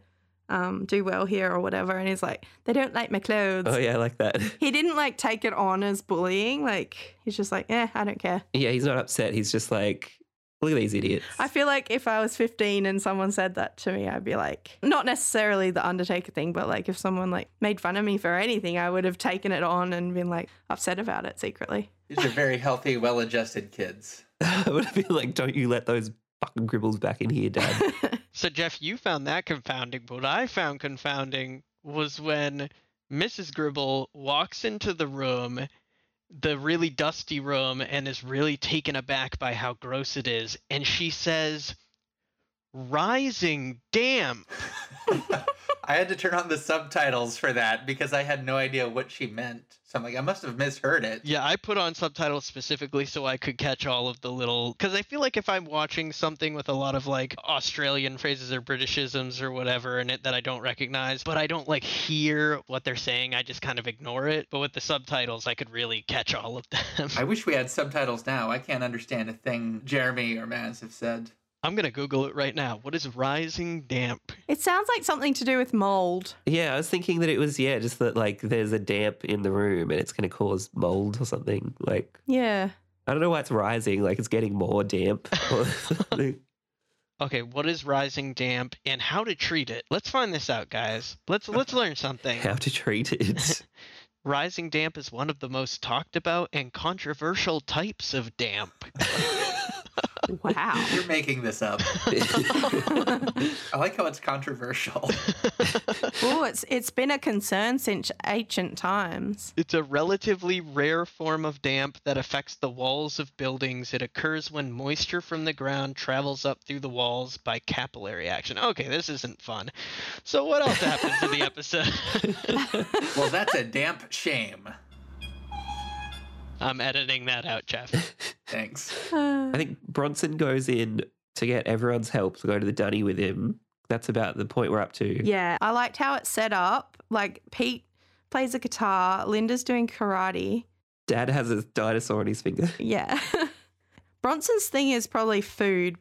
um, do well here or whatever. And he's like, they don't like my clothes. Oh yeah, I like that. (laughs) He didn't like take it on as bullying. Like, he's just like, eh, I don't care. Yeah, he's not upset. He's just like, look at these idiots. I feel like if I was 15 and someone said that to me, I'd be like, not necessarily the Undertaker thing, but like if someone like made fun of me for anything, I would have taken it on and been like upset about it secretly. These are very healthy, well-adjusted kids. (laughs) (laughs) I would have been like, don't you let those fucking gribbles back in here, Dad. So Jeff, you found that confounding, but what I found confounding was when Mrs. Gribble walks into the room, the really dusty room, and is really taken aback by how gross it is, and she says, "Rising damn." I had to turn on the subtitles for that because I had no idea what she meant. So I'm like, I must have misheard it. Yeah, I put on subtitles specifically so I could catch all of the little. Because I feel like if I'm watching something with a lot of like Australian phrases or Britishisms or whatever in it that I don't recognize, but I don't like hear what they're saying, I just kind of ignore it. But with the subtitles, I could really catch all of them. I wish we had subtitles now. I can't understand a thing Jeremy or Maz have said. (laughs) I'm going to Google it right now. What is rising damp? (laughs) It sounds like something to do with mold. yeah, I was thinking that it was, yeah, just that like there's a damp in the room and it's going to cause mold or something. Like, Yeah. I don't know why it's rising. Like, it's getting more damp. (laughs) or something. Okay, what is rising damp and how to treat it? Let's find this out, guys. Let's let's learn something. How to treat it. (laughs) Rising damp is one of the most talked about and controversial types of damp. Wow. You're making this up. I like how it's controversial. oh, it's it's been a concern since ancient times. It's a relatively rare form of damp that affects the walls of buildings. It occurs when moisture from the ground travels up through the walls by capillary action. Okay, this isn't fun. So, what else happens in the episode? (laughs) Well, that's a damp shame. I'm editing that out, Jeff. Thanks. Uh, I think Bronson goes in to get everyone's help to go to the dunny with him. That's about the point we're up to. yeah, I liked how it's set up. Like Pete plays a guitar, Linda's doing karate. Dad has a dinosaur on his finger. (laughs) Yeah. (laughs) Bronson's thing is probably food.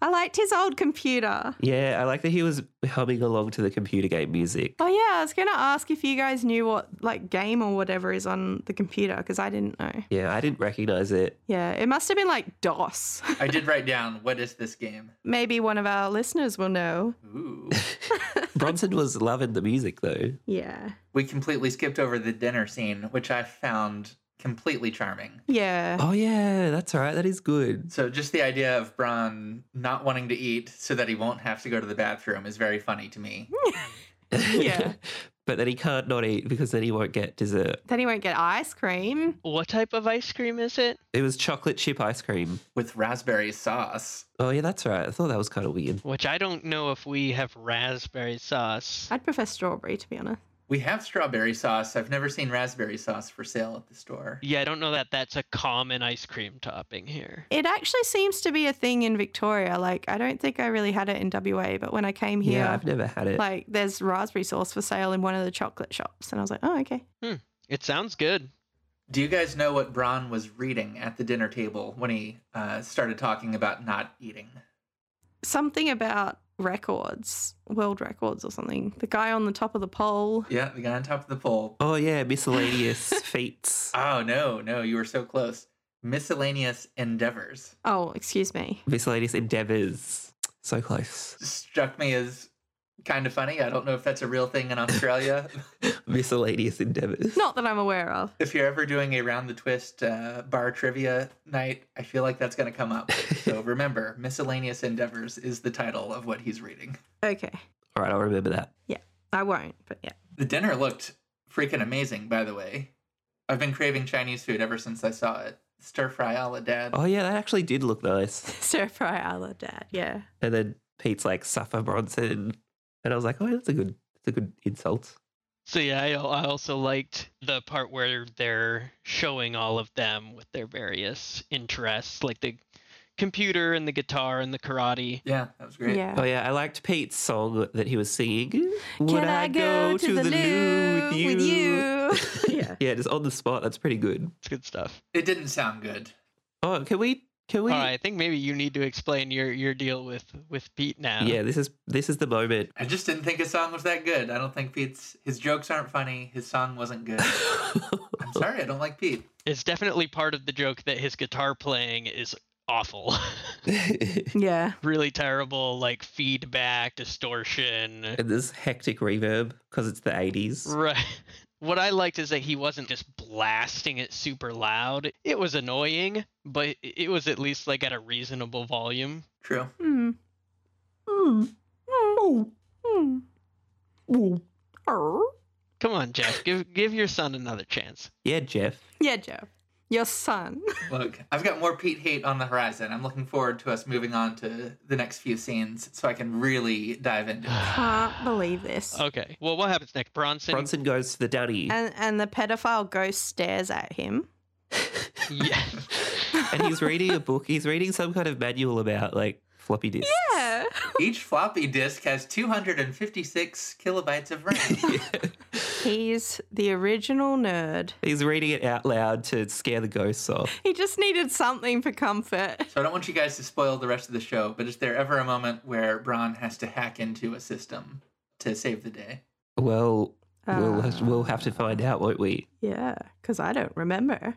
I liked his old computer. Yeah, I like that he was humming along to the computer game music. Oh yeah, I was gonna ask if you guys knew what like game or whatever is on the computer because I didn't know. Yeah, I didn't recognize it. Yeah, it must have been like DOS. (laughs) I did write down what is this game? Maybe one of our listeners will know. Ooh. Bronson was loving the music though. Yeah. We completely skipped over the dinner scene, which I found completely charming. Yeah. Oh yeah, that's right. That is good. So just the idea of Bron not wanting to eat so that he won't have to go to the bathroom is very funny to me. Yeah. (laughs) but then he can't not eat because then he won't get dessert. Then he won't get ice cream. What type of ice cream is it? It was chocolate chip ice cream. With raspberry sauce. Oh yeah, that's right. I thought that was kind of weird. Which I don't know if we have raspberry sauce. I'd prefer strawberry to be honest. We have strawberry sauce. I've never seen raspberry sauce for sale at the store. Yeah, I don't know that that's a common ice cream topping here. It actually seems to be a thing in Victoria. Like I don't think I really had it in WA, but when I came here, Yeah, I've never had it. like there's raspberry sauce for sale in one of the chocolate shops, and I was like, oh okay. It sounds good. Do you guys know what Bron was reading at the dinner table when he uh, started talking about not eating? Something about records, world records or something. The guy on the top of the pole. Yeah, the guy on top of the pole. Oh yeah, miscellaneous (laughs) feats. Oh, no, no, you were so close. Miscellaneous endeavors. Oh, excuse me. Miscellaneous endeavors. So close. (laughs) Struck me as kind of funny. I don't know if that's a real thing in Australia. Miscellaneous endeavors. Not that I'm aware of. if you're ever doing a round the twist uh, bar trivia night, I feel like that's going to come up. So remember, Miscellaneous Endeavors is the title of what he's reading. Okay. All right, I'll remember that. I won't, but yeah. (laughs) The dinner looked freaking amazing, by the way. I've been craving Chinese food ever since I saw it. Stir fry a la dad. Oh yeah, that actually did look nice. Stir fry a la dad. Yeah. And then Pete's like suffer Bronson, and I was like, oh, that's a good, that's a good insult. So yeah, I, al- I also liked the part where they're showing all of them with their various interests, like the computer and the guitar and the karate. Yeah, that was great. Yeah. Oh yeah, I liked Pete's song that he was singing. Would Can I go to the loo with (laughs) you? yeah. Yeah. (laughs) yeah, just on the spot. That's pretty good. It's good stuff. It didn't sound good. Oh, can we? Can we? All right, I think maybe you need to explain your your deal with with Pete now. Yeah, this is this is the moment. I just didn't think his song was that good. I don't think Pete's his jokes aren't funny. His song wasn't good. I'm sorry, I don't like Pete. It's definitely part of the joke that his guitar playing is awful. (laughs) and Yeah. really terrible like feedback, distortion. this hectic reverb because it's the 80s. Right. (laughs) What I liked is that he wasn't just blasting it super loud. It was annoying, but it was at least like at a reasonable volume. True. Hmm. Hmm. Hmm. Hmm. Hmm. Arr. Come on, (laughs) Jeff, give give your son another chance. Yeah, Jeff. Yeah, Joe. Your (gasps) son. Look, I've got more Pete hate on the horizon. I'm looking forward to us moving on to the next few scenes so I can really dive into it. Can't believe this. Okay. Well, what happens next? Bronson. Bronson goes to the dunny And and the pedophile ghost stares at him. (laughs) Yeah. (laughs) and he's reading a book. He's reading some kind of manual about like floppy disks. Yeah. Each floppy disk has 256 kilobytes of RAM. He's the original nerd. (laughs) He's reading it out loud to scare the ghosts off. He just needed something for comfort. so I don't want you guys to spoil the rest of the show, but is there ever a moment where Bron has to hack into a system to save the day? Well, we'll Uh, have, we'll have to find out, won't we? Yeah, because I don't remember.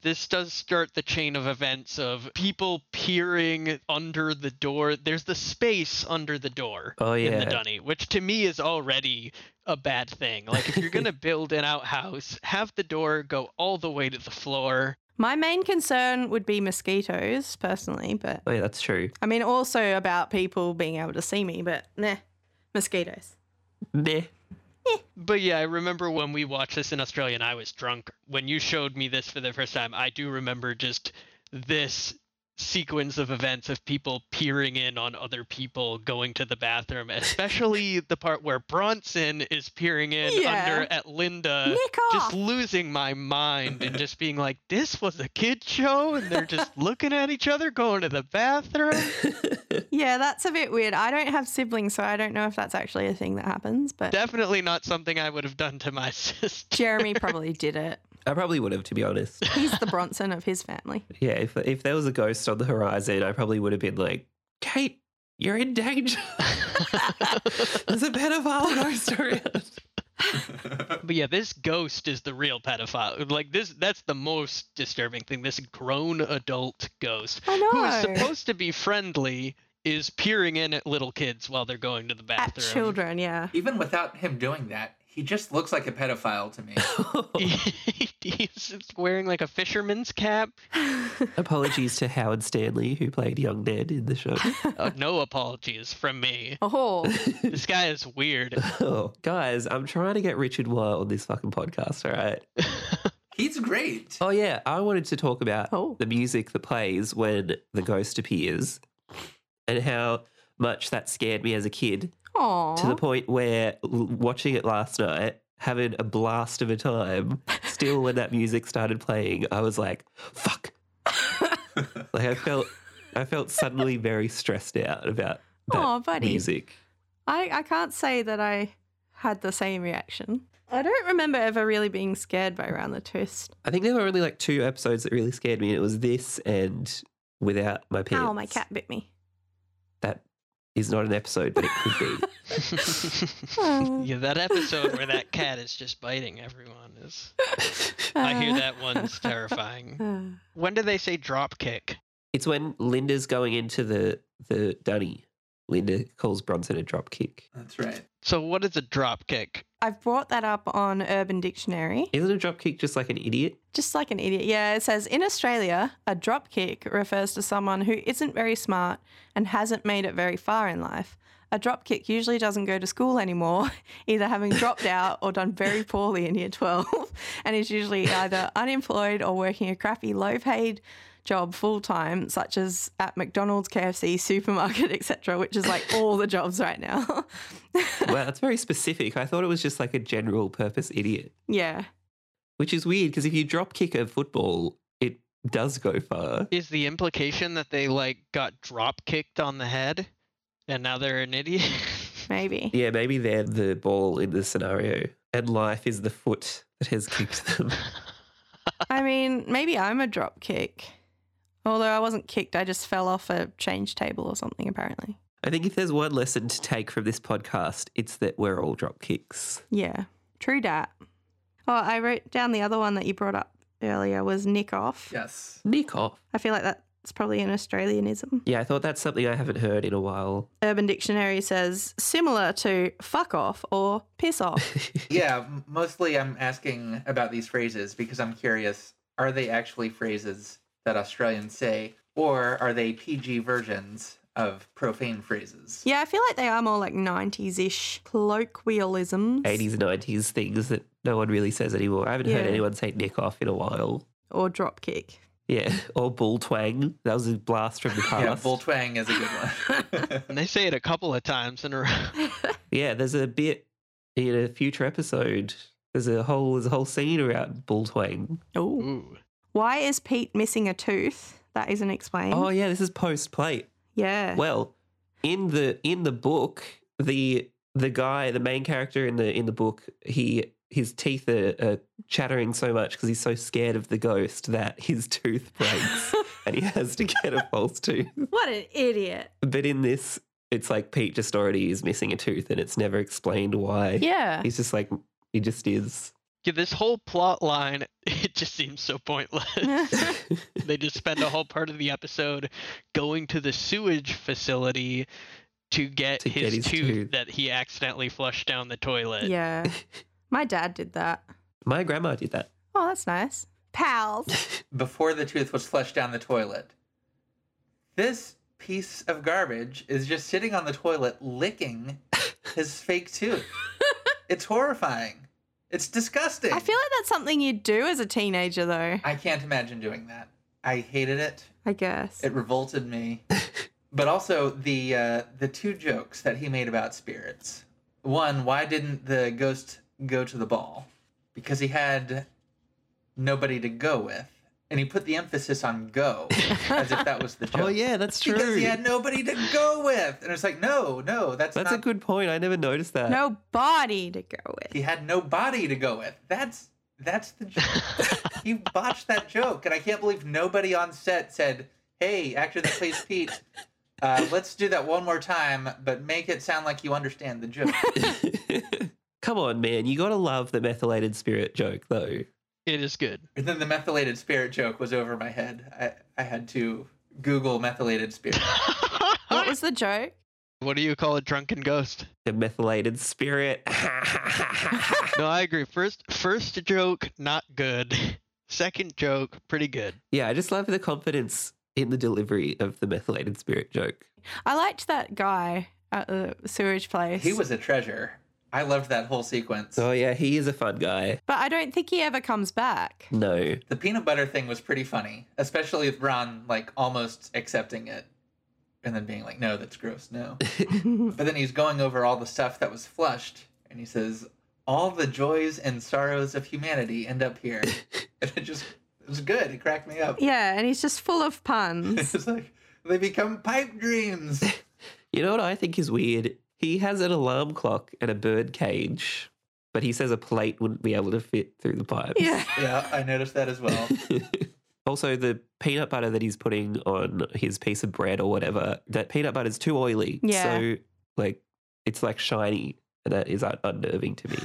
this does start the chain of events of people peering under the door. There's the space under the door Oh in the yeah. dunny, which to me is already a bad thing. Like if (laughs) you're gonna build an outhouse, have the door go all the way to the floor. My main concern would be mosquitoes, personally, but Oh yeah, that's true. I mean, also about people being able to see me, but nah, mosquitoes. Nah. But yeah, I remember when we watched this in Australia and I was drunk. When you showed me this for the first time, I do remember just this sequence of events of people peering in on other people going to the bathroom, especially the part where Bronson is peering in Yeah. under at Linda. Nick Uh, Just off! losing my mind and just being like, this was a kid show, and they're just looking at each other going to the bathroom. yeah, that's a bit weird. I don't have siblings, so I don't know if that's actually a thing that happens, but (laughs) Definitely not something I would have done to my (laughs) sister. Jeremy probably did it. I probably would have, to be honest. He's the Bronson of his family. Yeah, if if there was a ghost on the horizon, I probably would have been like, Kate, you're in danger. (laughs) There's a pedophile ghost around. But yeah, this ghost is the real pedophile. Like this that's the most disturbing thing. This grown adult ghost I (laughs) who is know. supposed to be friendly is peering in at little kids while they're going to the At bathroom. children, yeah. (laughs) Even without him doing that, he just looks like a pedophile to me. (laughs) (laughs) He's wearing like a fisherman's cap. (laughs) Apologies to Howard Stanley, who played young Ned in the show. Uh, (laughs) no apologies from me. Oh, This guy is weird. Oh, guys, I'm trying to get Richard Wire on this fucking podcast, all right? He's (laughs) great. Oh, yeah, I wanted to talk about Oh. the music that plays when the ghost appears and how much that scared me as a kid to the Aw. point where l- watching it last night, having a blast of a time, still when that music started playing, I was like, (laughs) fuck. like I felt I felt suddenly very stressed out about that Aw, buddy. music. I, I can't say that I had the same reaction. I don't remember ever really being scared by Round the Twist. I think there were only like two episodes that really scared me. and It was this and Without My Pants. Ow, Oh, my cat bit me. That is not an episode, but it (laughs) could be. Oh. yeah, that episode where that cat is just biting everyone is. (laughs) I hear that one's terrifying. Uh, When do they say drop kick? It's when Linda's going into the the dunny. Linda calls Bronson a drop kick. That's right. So what is a drop kick? (sighs) I've brought that up on Urban Dictionary. Isn't a drop kick just like an idiot? Just like an idiot. Yeah, it says in Australia, a drop kick refers to someone who isn't very smart and hasn't made it very far in life. A drop kick usually doesn't go to school anymore, (laughs) either having dropped out or done very poorly in year 12, (laughs) and is usually either unemployed or working a crappy, low paid job full time, such as at McDonald's, KFC, (laughs) supermarket, etc., which is like all the jobs right now. (laughs) Wow, that's very specific. I thought it was just like a general purpose idiot, yeah. which is weird because if you drop kick a football, it does go far. Is the implication that they like got drop kicked on the head and now they're an idiot? (laughs) Maybe. Yeah, maybe they're the ball in the scenario, and life is the foot that has kicked them. I mean, maybe I'm a drop kick. Although I wasn't kicked, I just fell off a change table or something, apparently. I think if there's one lesson to take from this podcast, it's that we're all drop kicks. Yeah, true dat. Oh, I wrote down the other one that you brought up earlier was nick off. Yes. Nick off. I feel like that's probably an Australianism. Yeah, I thought that's something I haven't heard in a while. Urban Dictionary says similar to fuck off or piss off. (laughs) Yeah, m- mostly I'm asking about these phrases because I'm curious are they actually phrases that Australians say, or are they PG versions of profane phrases? yeah, I feel like they are more like 90s ish colloquialisms 80s, 90s things that no one really says anymore. I haven't heard Yeah. anyone say nick off in a while. or drop (laughs) kick. Yeah, or bull twang. That was a blast from the past. Yeah, bull twang is a (laughs) good one. (laughs) and they say it a couple of times in a row. Yeah, there's a bit in a future episode. There's a whole there's a whole scene around bull twang. Oh. Ooh. Why is Pete missing a tooth? That isn't explained. Oh yeah, this is post plate. yeah. Well, in the in the book, the the guy, the main character in the in the book, he his teeth are, are chattering so much because he's so scared of the ghost that his (laughs) tooth breaks and he has to get a false tooth. What an (laughs) idiot. But in this, it's like Pete just already is missing a tooth and it's never explained why. (laughs) Yeah. He's just like he just is. (laughs) (laughs) Yeah, this whole plot line, (laughs) it just seems so pointless. they just spend a whole part of the episode going to the sewage facility to get, To his, get his tooth, tooth. that he accidentally flushed down the toilet. yeah. My dad did that. My grandma did that. Oh, that's nice. Pals. Before the tooth was flushed down the toilet, this piece of garbage is just sitting on the toilet licking his fake (laughs) tooth. It's horrifying. It's disgusting. I feel like that's something you do as a teenager, though, I can't imagine doing that. I hated it. I guess. It revolted (laughs) me. but also the uh, the two jokes that he made about spirits. One, why didn't the ghost go to the ball? Because he had nobody to go with, and he put the emphasis on "go" as if that was the joke. (laughs) Oh yeah, that's true. because he had nobody to go with, and it's like, no, no, that's, that's a not. good point. I never noticed uh, that. no body to go with. He had no body to go with. That's that's the joke. he botched that joke, and I can't believe nobody on set said, "Hey, actor that plays Pete, uh, let's do that one more time, but make it sound like you understand the joke." (laughs) Come on, man. You gotta love the methylated spirit joke though. It is good. (laughs) and then the methylated spirit joke was over my head. I I had to Google methylated spirit. What was the joke? What do you call a drunken ghost? The methylated spirit. (laughs) No, I agree. First, first joke, not good. (laughs) Second joke, pretty good. yeah, I just love the confidence in the delivery of the methylated spirit joke. I liked that guy at the sewage place. He was a treasure. I loved that whole sequence. Oh yeah, he is a fun guy. But I don't think he ever comes back. No. The peanut butter thing was pretty funny, especially with Ron like almost accepting it and then being like, no, that's gross, no. but then he's going over all the stuff that was flushed and he says, all the joys and sorrows of humanity end up here. and it just, it was good. It cracked me up. Yeah, and he's just full of puns. (laughs) It's like, they become pipe dreams. You know what I think is weird? He has an alarm clock and a bird cage. but he says a plate wouldn't be able to fit through the pipe. Yeah. Yeah, I noticed that as (laughs) well. also, the peanut butter that he's putting on his piece of bread or whatever, that peanut butter is too oily. Yeah. So, like, it's like shiny. And that is un- unnerving to me.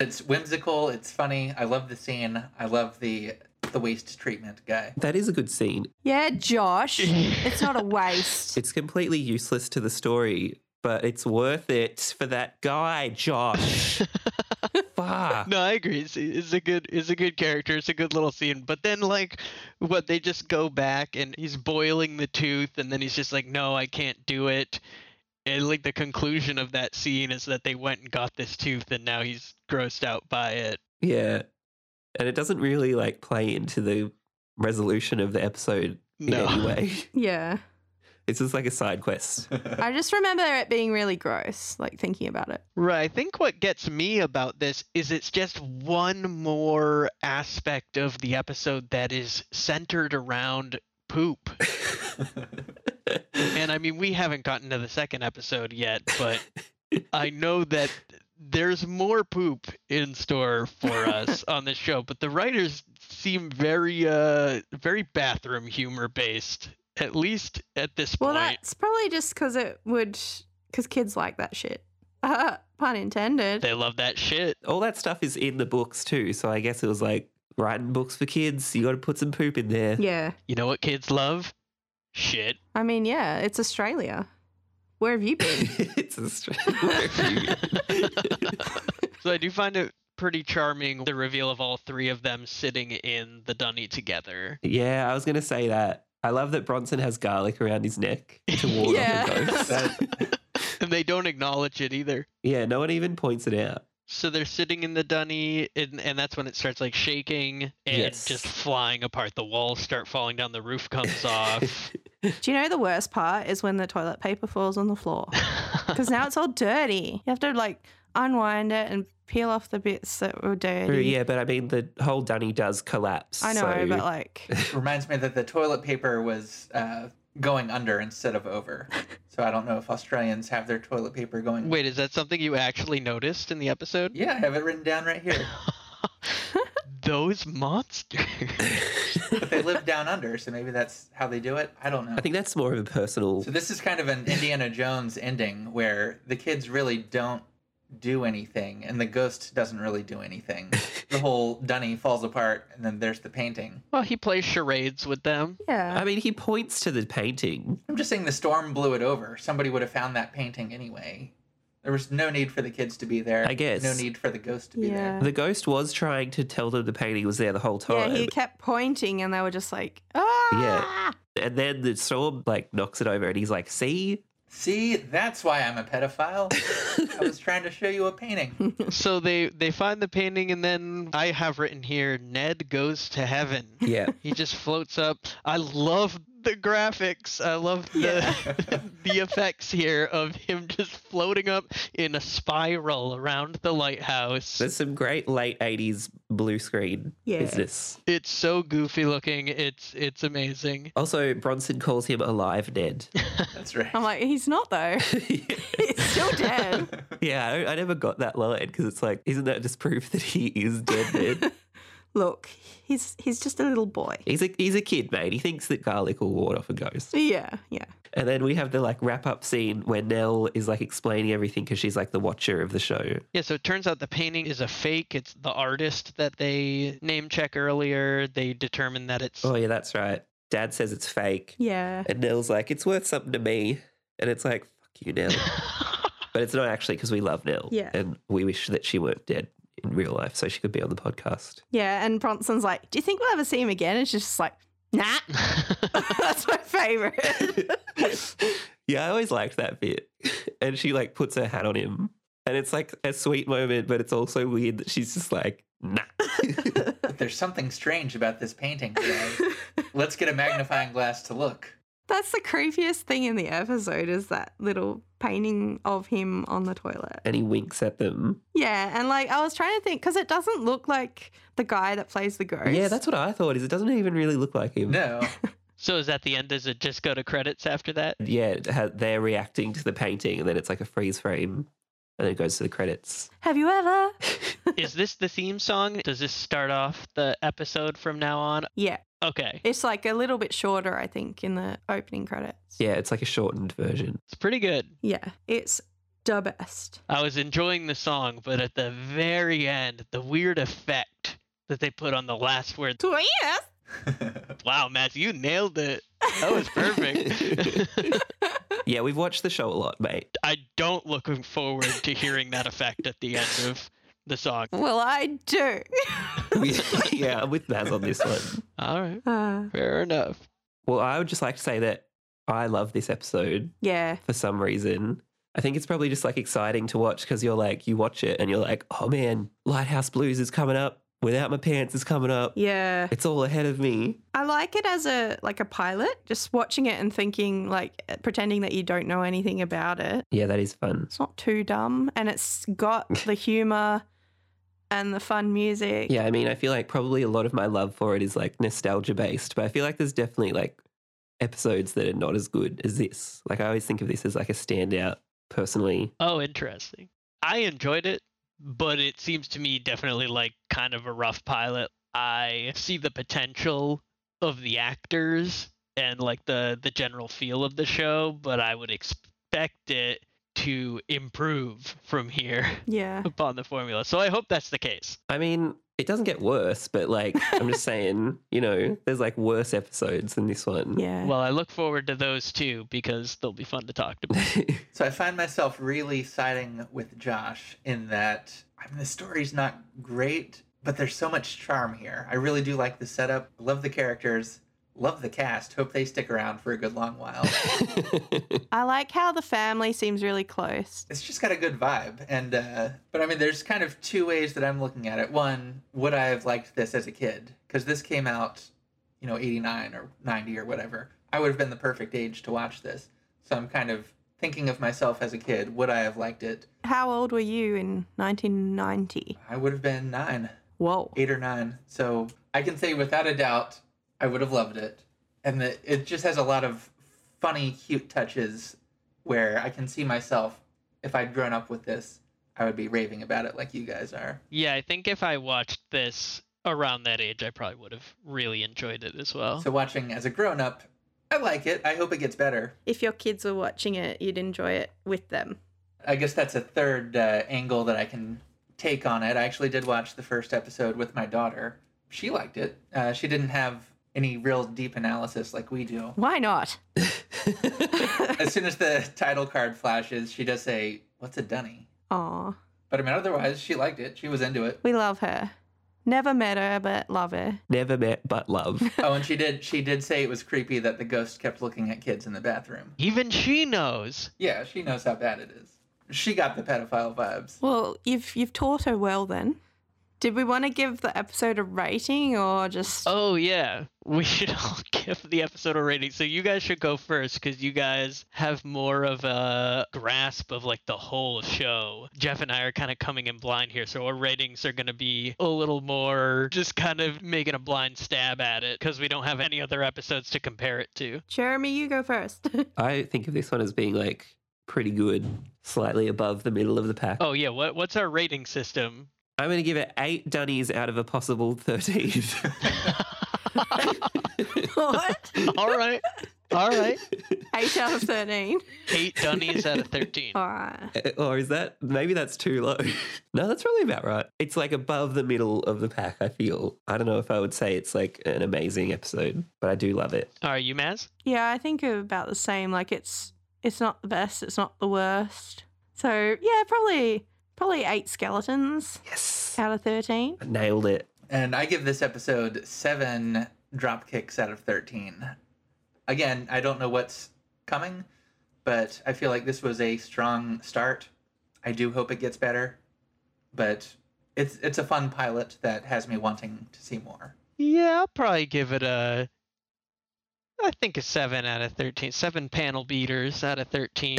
it's whimsical. It's funny. I love the scene. I love the the waste treatment (laughs) guy. That is a good scene. Yeah, (laughs) Josh. (laughs) It's not a waste. It's completely useless to the story, but it's worth it for that guy, Josh. Fuck. No, I agree. It's, it's a good, it's a good character. It's a good little scene. But then, like, what they just go back and he's boiling the tooth, and then he's just like, "No, I can't do it." And like the conclusion of that scene is that they went and got this tooth, and now he's grossed out by it. Yeah. And it doesn't really like play into the resolution of the episode No, in any way. Yeah. It's just like a side (laughs) quest. I just remember it being really gross, like thinking about it. right. I think what gets me about this is it's just one more aspect of the episode that is centered around poop. And I mean, we haven't gotten to the second episode yet, but I know that there's more poop in store for us on this show, but the writers seem very uh very bathroom humor based, at least at this Well, point. that's probably just because it would, because kids like that shit. (laughs) Uh, pun intended. They love that shit. All that stuff is in the books too. So I guess it was like writing books for kids. You got to put some poop in there. Yeah. You know what kids love? Shit. I mean, yeah, it's Australia. Where have you been? (laughs) (laughs) it's a strange. (laughs) So I do find it pretty charming the reveal of all three of them sitting in the dunny together. yeah, I was gonna say that. I love that Bronson has garlic around his neck to ward Yeah. (laughs) off the ghosts. And they don't acknowledge it either. yeah, no one even points it out. So they're sitting in the dunny, and, and that's when it starts like shaking and Yes. just flying apart. The walls start falling down, the roof comes off. Do you know the worst part is when the toilet paper falls on the (laughs) floor? Because now it's all dirty. You have to like unwind it and peel off the bits that were True, dirty. yeah, but I mean the whole dunny does collapse. I know, so- but (laughs) like, Reminds me that the toilet paper was uh, going under instead of over. So I don't know if Australians have their toilet paper going. Wait, is that something you actually noticed in the episode? Yeah, I have it written down right here. Those monsters. But they live down under, so maybe that's how they do it. I don't know. I think that's more of a personal. So this is kind of an Indiana Jones ending where the kids really don't do anything and the ghost doesn't really do (laughs) anything. The whole dunny falls apart and then there's the painting. well, he plays charades with them. yeah. I mean, he points to the painting. I'm just saying the storm blew it over. Somebody would have found that painting anyway. There was no need for the kids to be there. I guess. No need for the ghost to be Yeah. The ghost was trying to tell them the painting was there the whole Yeah, time. he kept pointing and they were just like, ah! And then the storm like knocks it over and he's like, see? there. See, that's why I'm a pedophile. (laughs) I was trying to show you a painting. So they they find the painting, and then I have written here Ned goes to heaven. Yeah. (laughs) He just floats up. I love the graphics. I love the (laughs) the effects here of him just floating up in a spiral around the lighthouse. There's some great late 80s blue screen Yeah. business. It's so goofy looking. It's it's amazing. Also, Bronson calls him alive Ned. That's right. I'm like, he's not though. (laughs) he's still dead. (laughs) (laughs) yeah, I, I never got that line because it's like, isn't that just proof that he is dead, Ned? Look, he's he's just a little boy. he's, a, he's a kid, mate. He thinks that garlic will ward off a ghost. Yeah, yeah. And then we have the like wrap up scene where Nell is like explaining everything because she's like the watcher of the show. Yeah, so it turns out the painting is a fake. It's the artist that they name check earlier. They determine that it's Oh, yeah, that's right. Dad says it's fake. Yeah. And Nell's like, it's worth something to me. And it's like, fuck you, Nell. but it's not actually because we love Nell. Yeah. And we wish that she weren't dead in real life so she could be on the podcast. Yeah, and Bronson's like, Do you think we'll ever see him again? And she's just like, Nah. (laughs) That's my favorite. (laughs) yeah, I always liked that bit. (laughs) And she like puts her hat on him. And it's like a sweet moment, but it's also weird that she's just like, nah. But there's something strange about this painting today. Let's get a magnifying glass to (laughs) look. That's the creepiest thing in the episode is that little painting of him on the toilet. And he winks at them. Yeah, and like I was trying to think because it doesn't look like the guy that plays the ghost. Yeah, that's what I thought is it doesn't even really look like him. (laughs) No. (laughs) So is that the end? Does it just go to credits after that? Yeah, it ha- they're reacting to the painting and then it's like a freeze frame. and then it goes to the credits. Have you ever? (laughs) Is this the theme song? Does this start off the episode from now on? Yeah. Okay. It's like a little bit shorter, I think, in the opening credits. Yeah, it's like a shortened version. It's pretty good. Yeah. It's the best. I was enjoying the song, but at the very end, the weird effect that they put on the last word. Yes. Wow, Matt, you nailed it. That was perfect. Yeah, we've watched the show a lot, (laughs) mate. I don't looking forward to hearing that effect at the end of the song. Well, I do. We- yeah, I'm with Maz on this one. All right. Uh, Fair enough. Well, I would just like to say that I love this episode yeah. for some reason. I think it's probably just like exciting to watch because you're like, you watch it and you're like, oh man, Lighthouse Blues is coming up. Without My Pants is coming up. Yeah. It's all ahead of me. I like it as a like a pilot, just watching it and thinking like eh, pretending that you don't know anything about it. Yeah, that is fun. It's not too dumb and it's got the humor and the fun music. Yeah, I mean, I feel like probably a lot of my love for it is like nostalgia based, but I feel like there's definitely like episodes that are not as good as this. Like, I always think of this as like a standout personally. Oh, interesting. I enjoyed it, but it seems to me definitely like kind of a rough pilot. I see the potential of the actors and like the the general feel of the show, but I would expect it to improve from here (laughs) Yeah. upon the formula. So I hope that's the case. I mean, it doesn't get worse, but like, I'm just saying, you know, there's like worse episodes than this one. Yeah. Well, I look forward to those too because they'll be fun to talk (laughs) about. So I find myself really siding with Josh in that I mean the story's not great, but there's so much charm here. I really do like the setup, love the characters, love the cast. Hope they stick around for a good long (laughs) while. I like how the family seems really close. it's just got a good vibe, and uh, but I mean there's kind of two ways that I'm looking at it. One, would I have liked this as a kid? Because this came out, you know, '89 or '90 or whatever. I would have been the perfect age to watch this. So I'm kind of thinking of myself as a kid. Would I have liked it? How old were you in 1990? I would have been nine. Whoa. eight or nine. So I can say without a doubt, I would have loved it. And that it just has a lot of funny, cute touches where I can see myself, if I'd grown up with this, I would be raving about it like you guys are. yeah, I think if I watched this around that age, I probably would have really enjoyed it as well. So watching as a grown up, I like it. I hope it gets better. If your kids were watching it, you'd enjoy it with them. I guess that's a third uh, angle that I can take on it. I actually did watch the first episode with my daughter. She liked it. Uh, she didn't have any real deep analysis like we do. Why not? as soon as the title card flashes, she does say, "What's a dunny?" Aw. But I mean, otherwise, she liked it. She was (laughs) into it. We love her. Never met her, but love her. (laughs) Never met but love. Oh, and she did. She did say it was creepy that the ghost kept looking at kids in the bathroom. Even she knows. Yeah, she knows how bad it is. She got the pedophile vibes. (laughs) Well, you've you've taught her well then. Did we want to give the episode a rating or just Oh yeah, (laughs) we should all give the episode a rating. So you guys should go first because you guys have more of a grasp of like the whole show. Jeff and I are kind of coming in blind here, so our ratings are gonna be a little more just kind of making a blind stab at it because we don't have any other episodes to compare it to. Jeremy, you go first. (laughs) I think of this one as being like pretty good, slightly above the middle of the pack. Oh yeah, what what's our rating system? I'm going to give it eight dunnies out of a possible 13. what? All right, all right, Eight out of thirteen. eight dunnies out of thirteen. All right. (laughs) or is that maybe that's too low? (laughs) no, that's probably about right. It's like above the middle of the pack, I feel. I don't know if I would say it's like an amazing episode, but I do love it. All right, you Maz? Yeah, I think about the same. Like it's it's not the best, it's not the worst. So yeah, probably probably eight skeletons Yes. out of thirteen. I nailed it. And I give this episode seven drop kicks out of 13. Again, I don't know what's coming, but I feel like this was a strong start. I do hope it gets better, but it's it's a fun pilot that has me wanting to see more. Yeah, I'll probably give it a. I think a seven out of thirteen. Seven panel beaters out of thirteen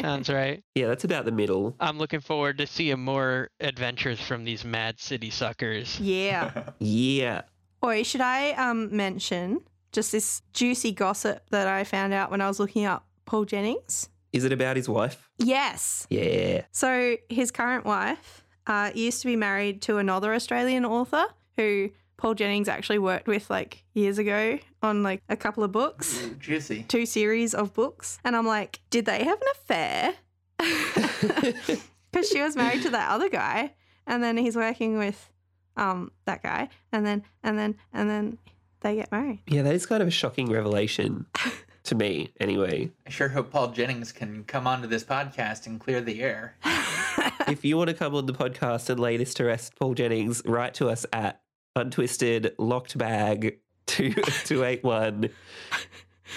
sounds right. yeah, that's about the middle. I'm looking forward to seeing more adventures from these Mad City suckers. Yeah. Yeah. Or should I um mention just this juicy gossip that I found out when I was looking up Paul Jennings? Is it about his wife? Yes. (laughs) Yeah. So his current wife uh, used to be married to another Australian author who Paul Jennings actually worked with like years ago on like a couple of books, Ooh, juicy. two series of books. And I'm like, did they have an affair? (laughs) Because she was married to that other guy, and then he's working with um that guy, and then and then and then they get married. (laughs) yeah, that is kind of a shocking revelation to me, anyway. I sure hope Paul Jennings can come onto this podcast and clear the air. If you want to come on the podcast and lay this to rest, Paul Jennings, write to us at untwisted locked bag (laughs) 2281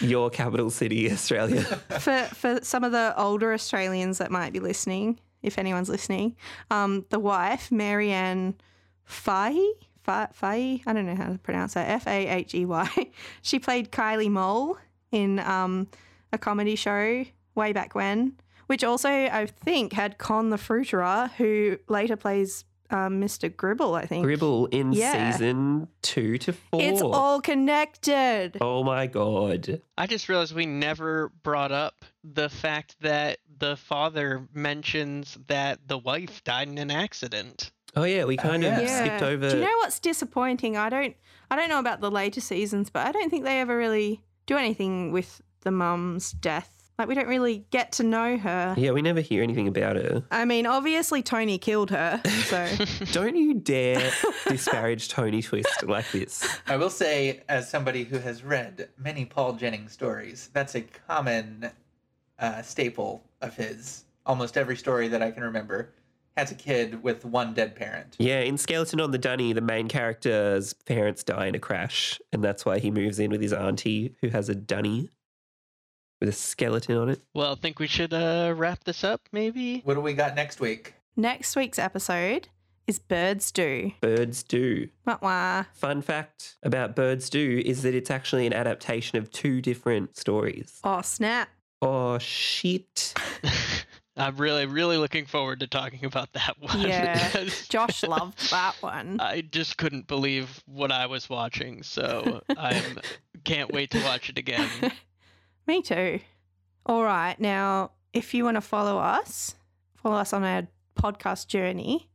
your capital city, (laughs) Australia. for for some of the older Australians that might be listening, if anyone's listening, um, the wife Marianne Fahey, Fa- Fahey, I don't know how to pronounce that. F A H E Y. (laughs) She played Kylie Mole in um, a comedy show way back when, which also I think had Con the Fruiterer, who later plays um, Mr. Gribble. I think Gribble in Yeah. season two to four. It's all connected. oh my god. I just realized we never brought up the fact that the father mentions that the wife died in an accident. Oh yeah, we Oh, kind of yeah. skipped over. Do you know what's disappointing? I don't I don't know about the later seasons, but I don't think they ever really do anything with the mum's death. Like we don't really get to know her. Yeah, we never hear anything about her. I mean, obviously Tony killed her, (laughs) so Don't you dare disparage Tony Twist like this. I will say, as somebody who has read many Paul Jennings stories, that's a common uh, staple of his. Almost every story that I can remember has a kid with one dead parent. Yeah, in Skeleton on the Dunny, the main character's parents die in a crash, and that's why he moves in with his auntie, who has a dunny with a skeleton on it. Well, I think we should uh, wrap this up, maybe. What do we got next week? next week's episode is Birds Do. Birds Do. Wah wah. Fun fact about Birds Do is that it's actually an adaptation of two different stories. Oh snap. Oh, shit. (laughs) I'm really, really looking forward to talking about that one. (laughs) Yeah. because (laughs) Josh loved that one. I just couldn't believe what I was watching, so (laughs) I'm can't wait to watch it again. Me too. All right. Now, if you want to follow us, follow us on our podcast journey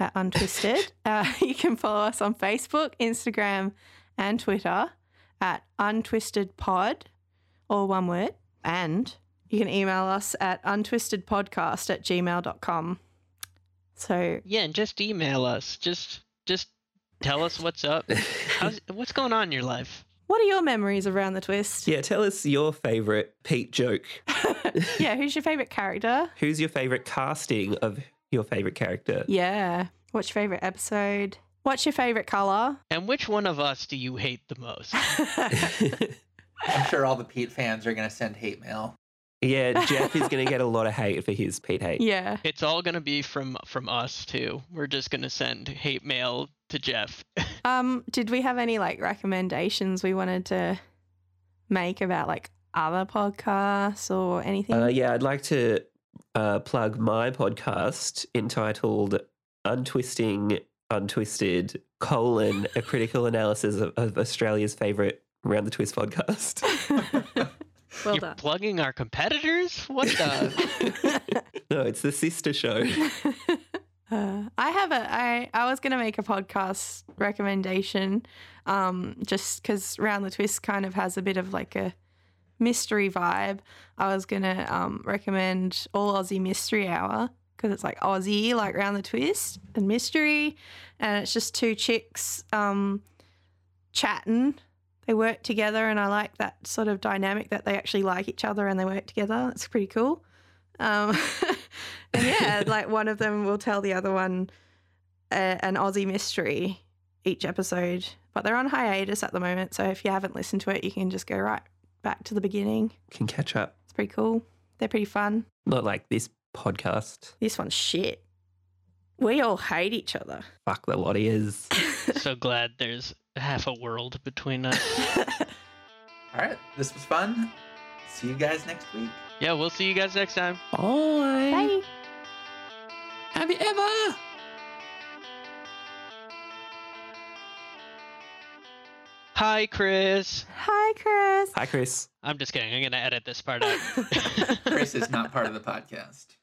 at Untwisted. uh, you can follow us on Facebook, Instagram, and Twitter at Untwisted Pod, all one word. And you can email us at untwistedpodcast at gmail.com. So, Yeah, and just email us. Just, just tell us what's up. (laughs) How's, what's going on in your life? what are your memories around the twist? yeah, tell us your favorite Pete joke. (laughs) yeah who's your favourite character? Who's your favorite casting of your favorite character? Yeah. What's your favourite episode? What's your favourite colour? (laughs) And which one of us do you hate the most? I'm sure all the Pete fans are going to send hate mail. (laughs) yeah, Jeff is going to get a lot of hate for his Pete hate. yeah. It's all gonna be from from us too. We're just gonna send hate mail to Jeff. Um, did we have any like recommendations we wanted to make about like other podcasts or anything? Uh, yeah, I'd like to uh, plug my podcast entitled Untwisting Untwisted colon a critical analysis of, of Australia's favorite round the twist (laughs) podcast. well You're done. plugging our competitors? What the? (laughs) no, it's the sister show. (laughs) Uh, I have a I I was gonna make a podcast recommendation, um, just because Round the Twist kind of has a bit of like a mystery vibe. I was gonna um, recommend All Aussie Mystery Hour because it's like Aussie, like Round the Twist and mystery, and it's just two chicks um, chatting. They work together, and I like that sort of dynamic that they actually like each other and they work together. It's pretty cool. Um, (laughs) and yeah, like one of them will tell the other one uh, an Aussie mystery each episode. But they're on hiatus at the moment, so if you haven't listened to it, you can just go right back to the beginning. Can catch up. It's pretty cool. They're pretty fun. Not like this podcast. This one's shit. We all hate each other. Fuck the lot is. so glad there's half a world between us. All right, this was fun. See you guys next week. Yeah, we'll see you guys next time. Bye. Bye. Have you ever? Hi, Chris. Hi, Chris. Hi, Chris. I'm just kidding. I'm gonna edit this part out. (laughs) Chris is not part of the podcast.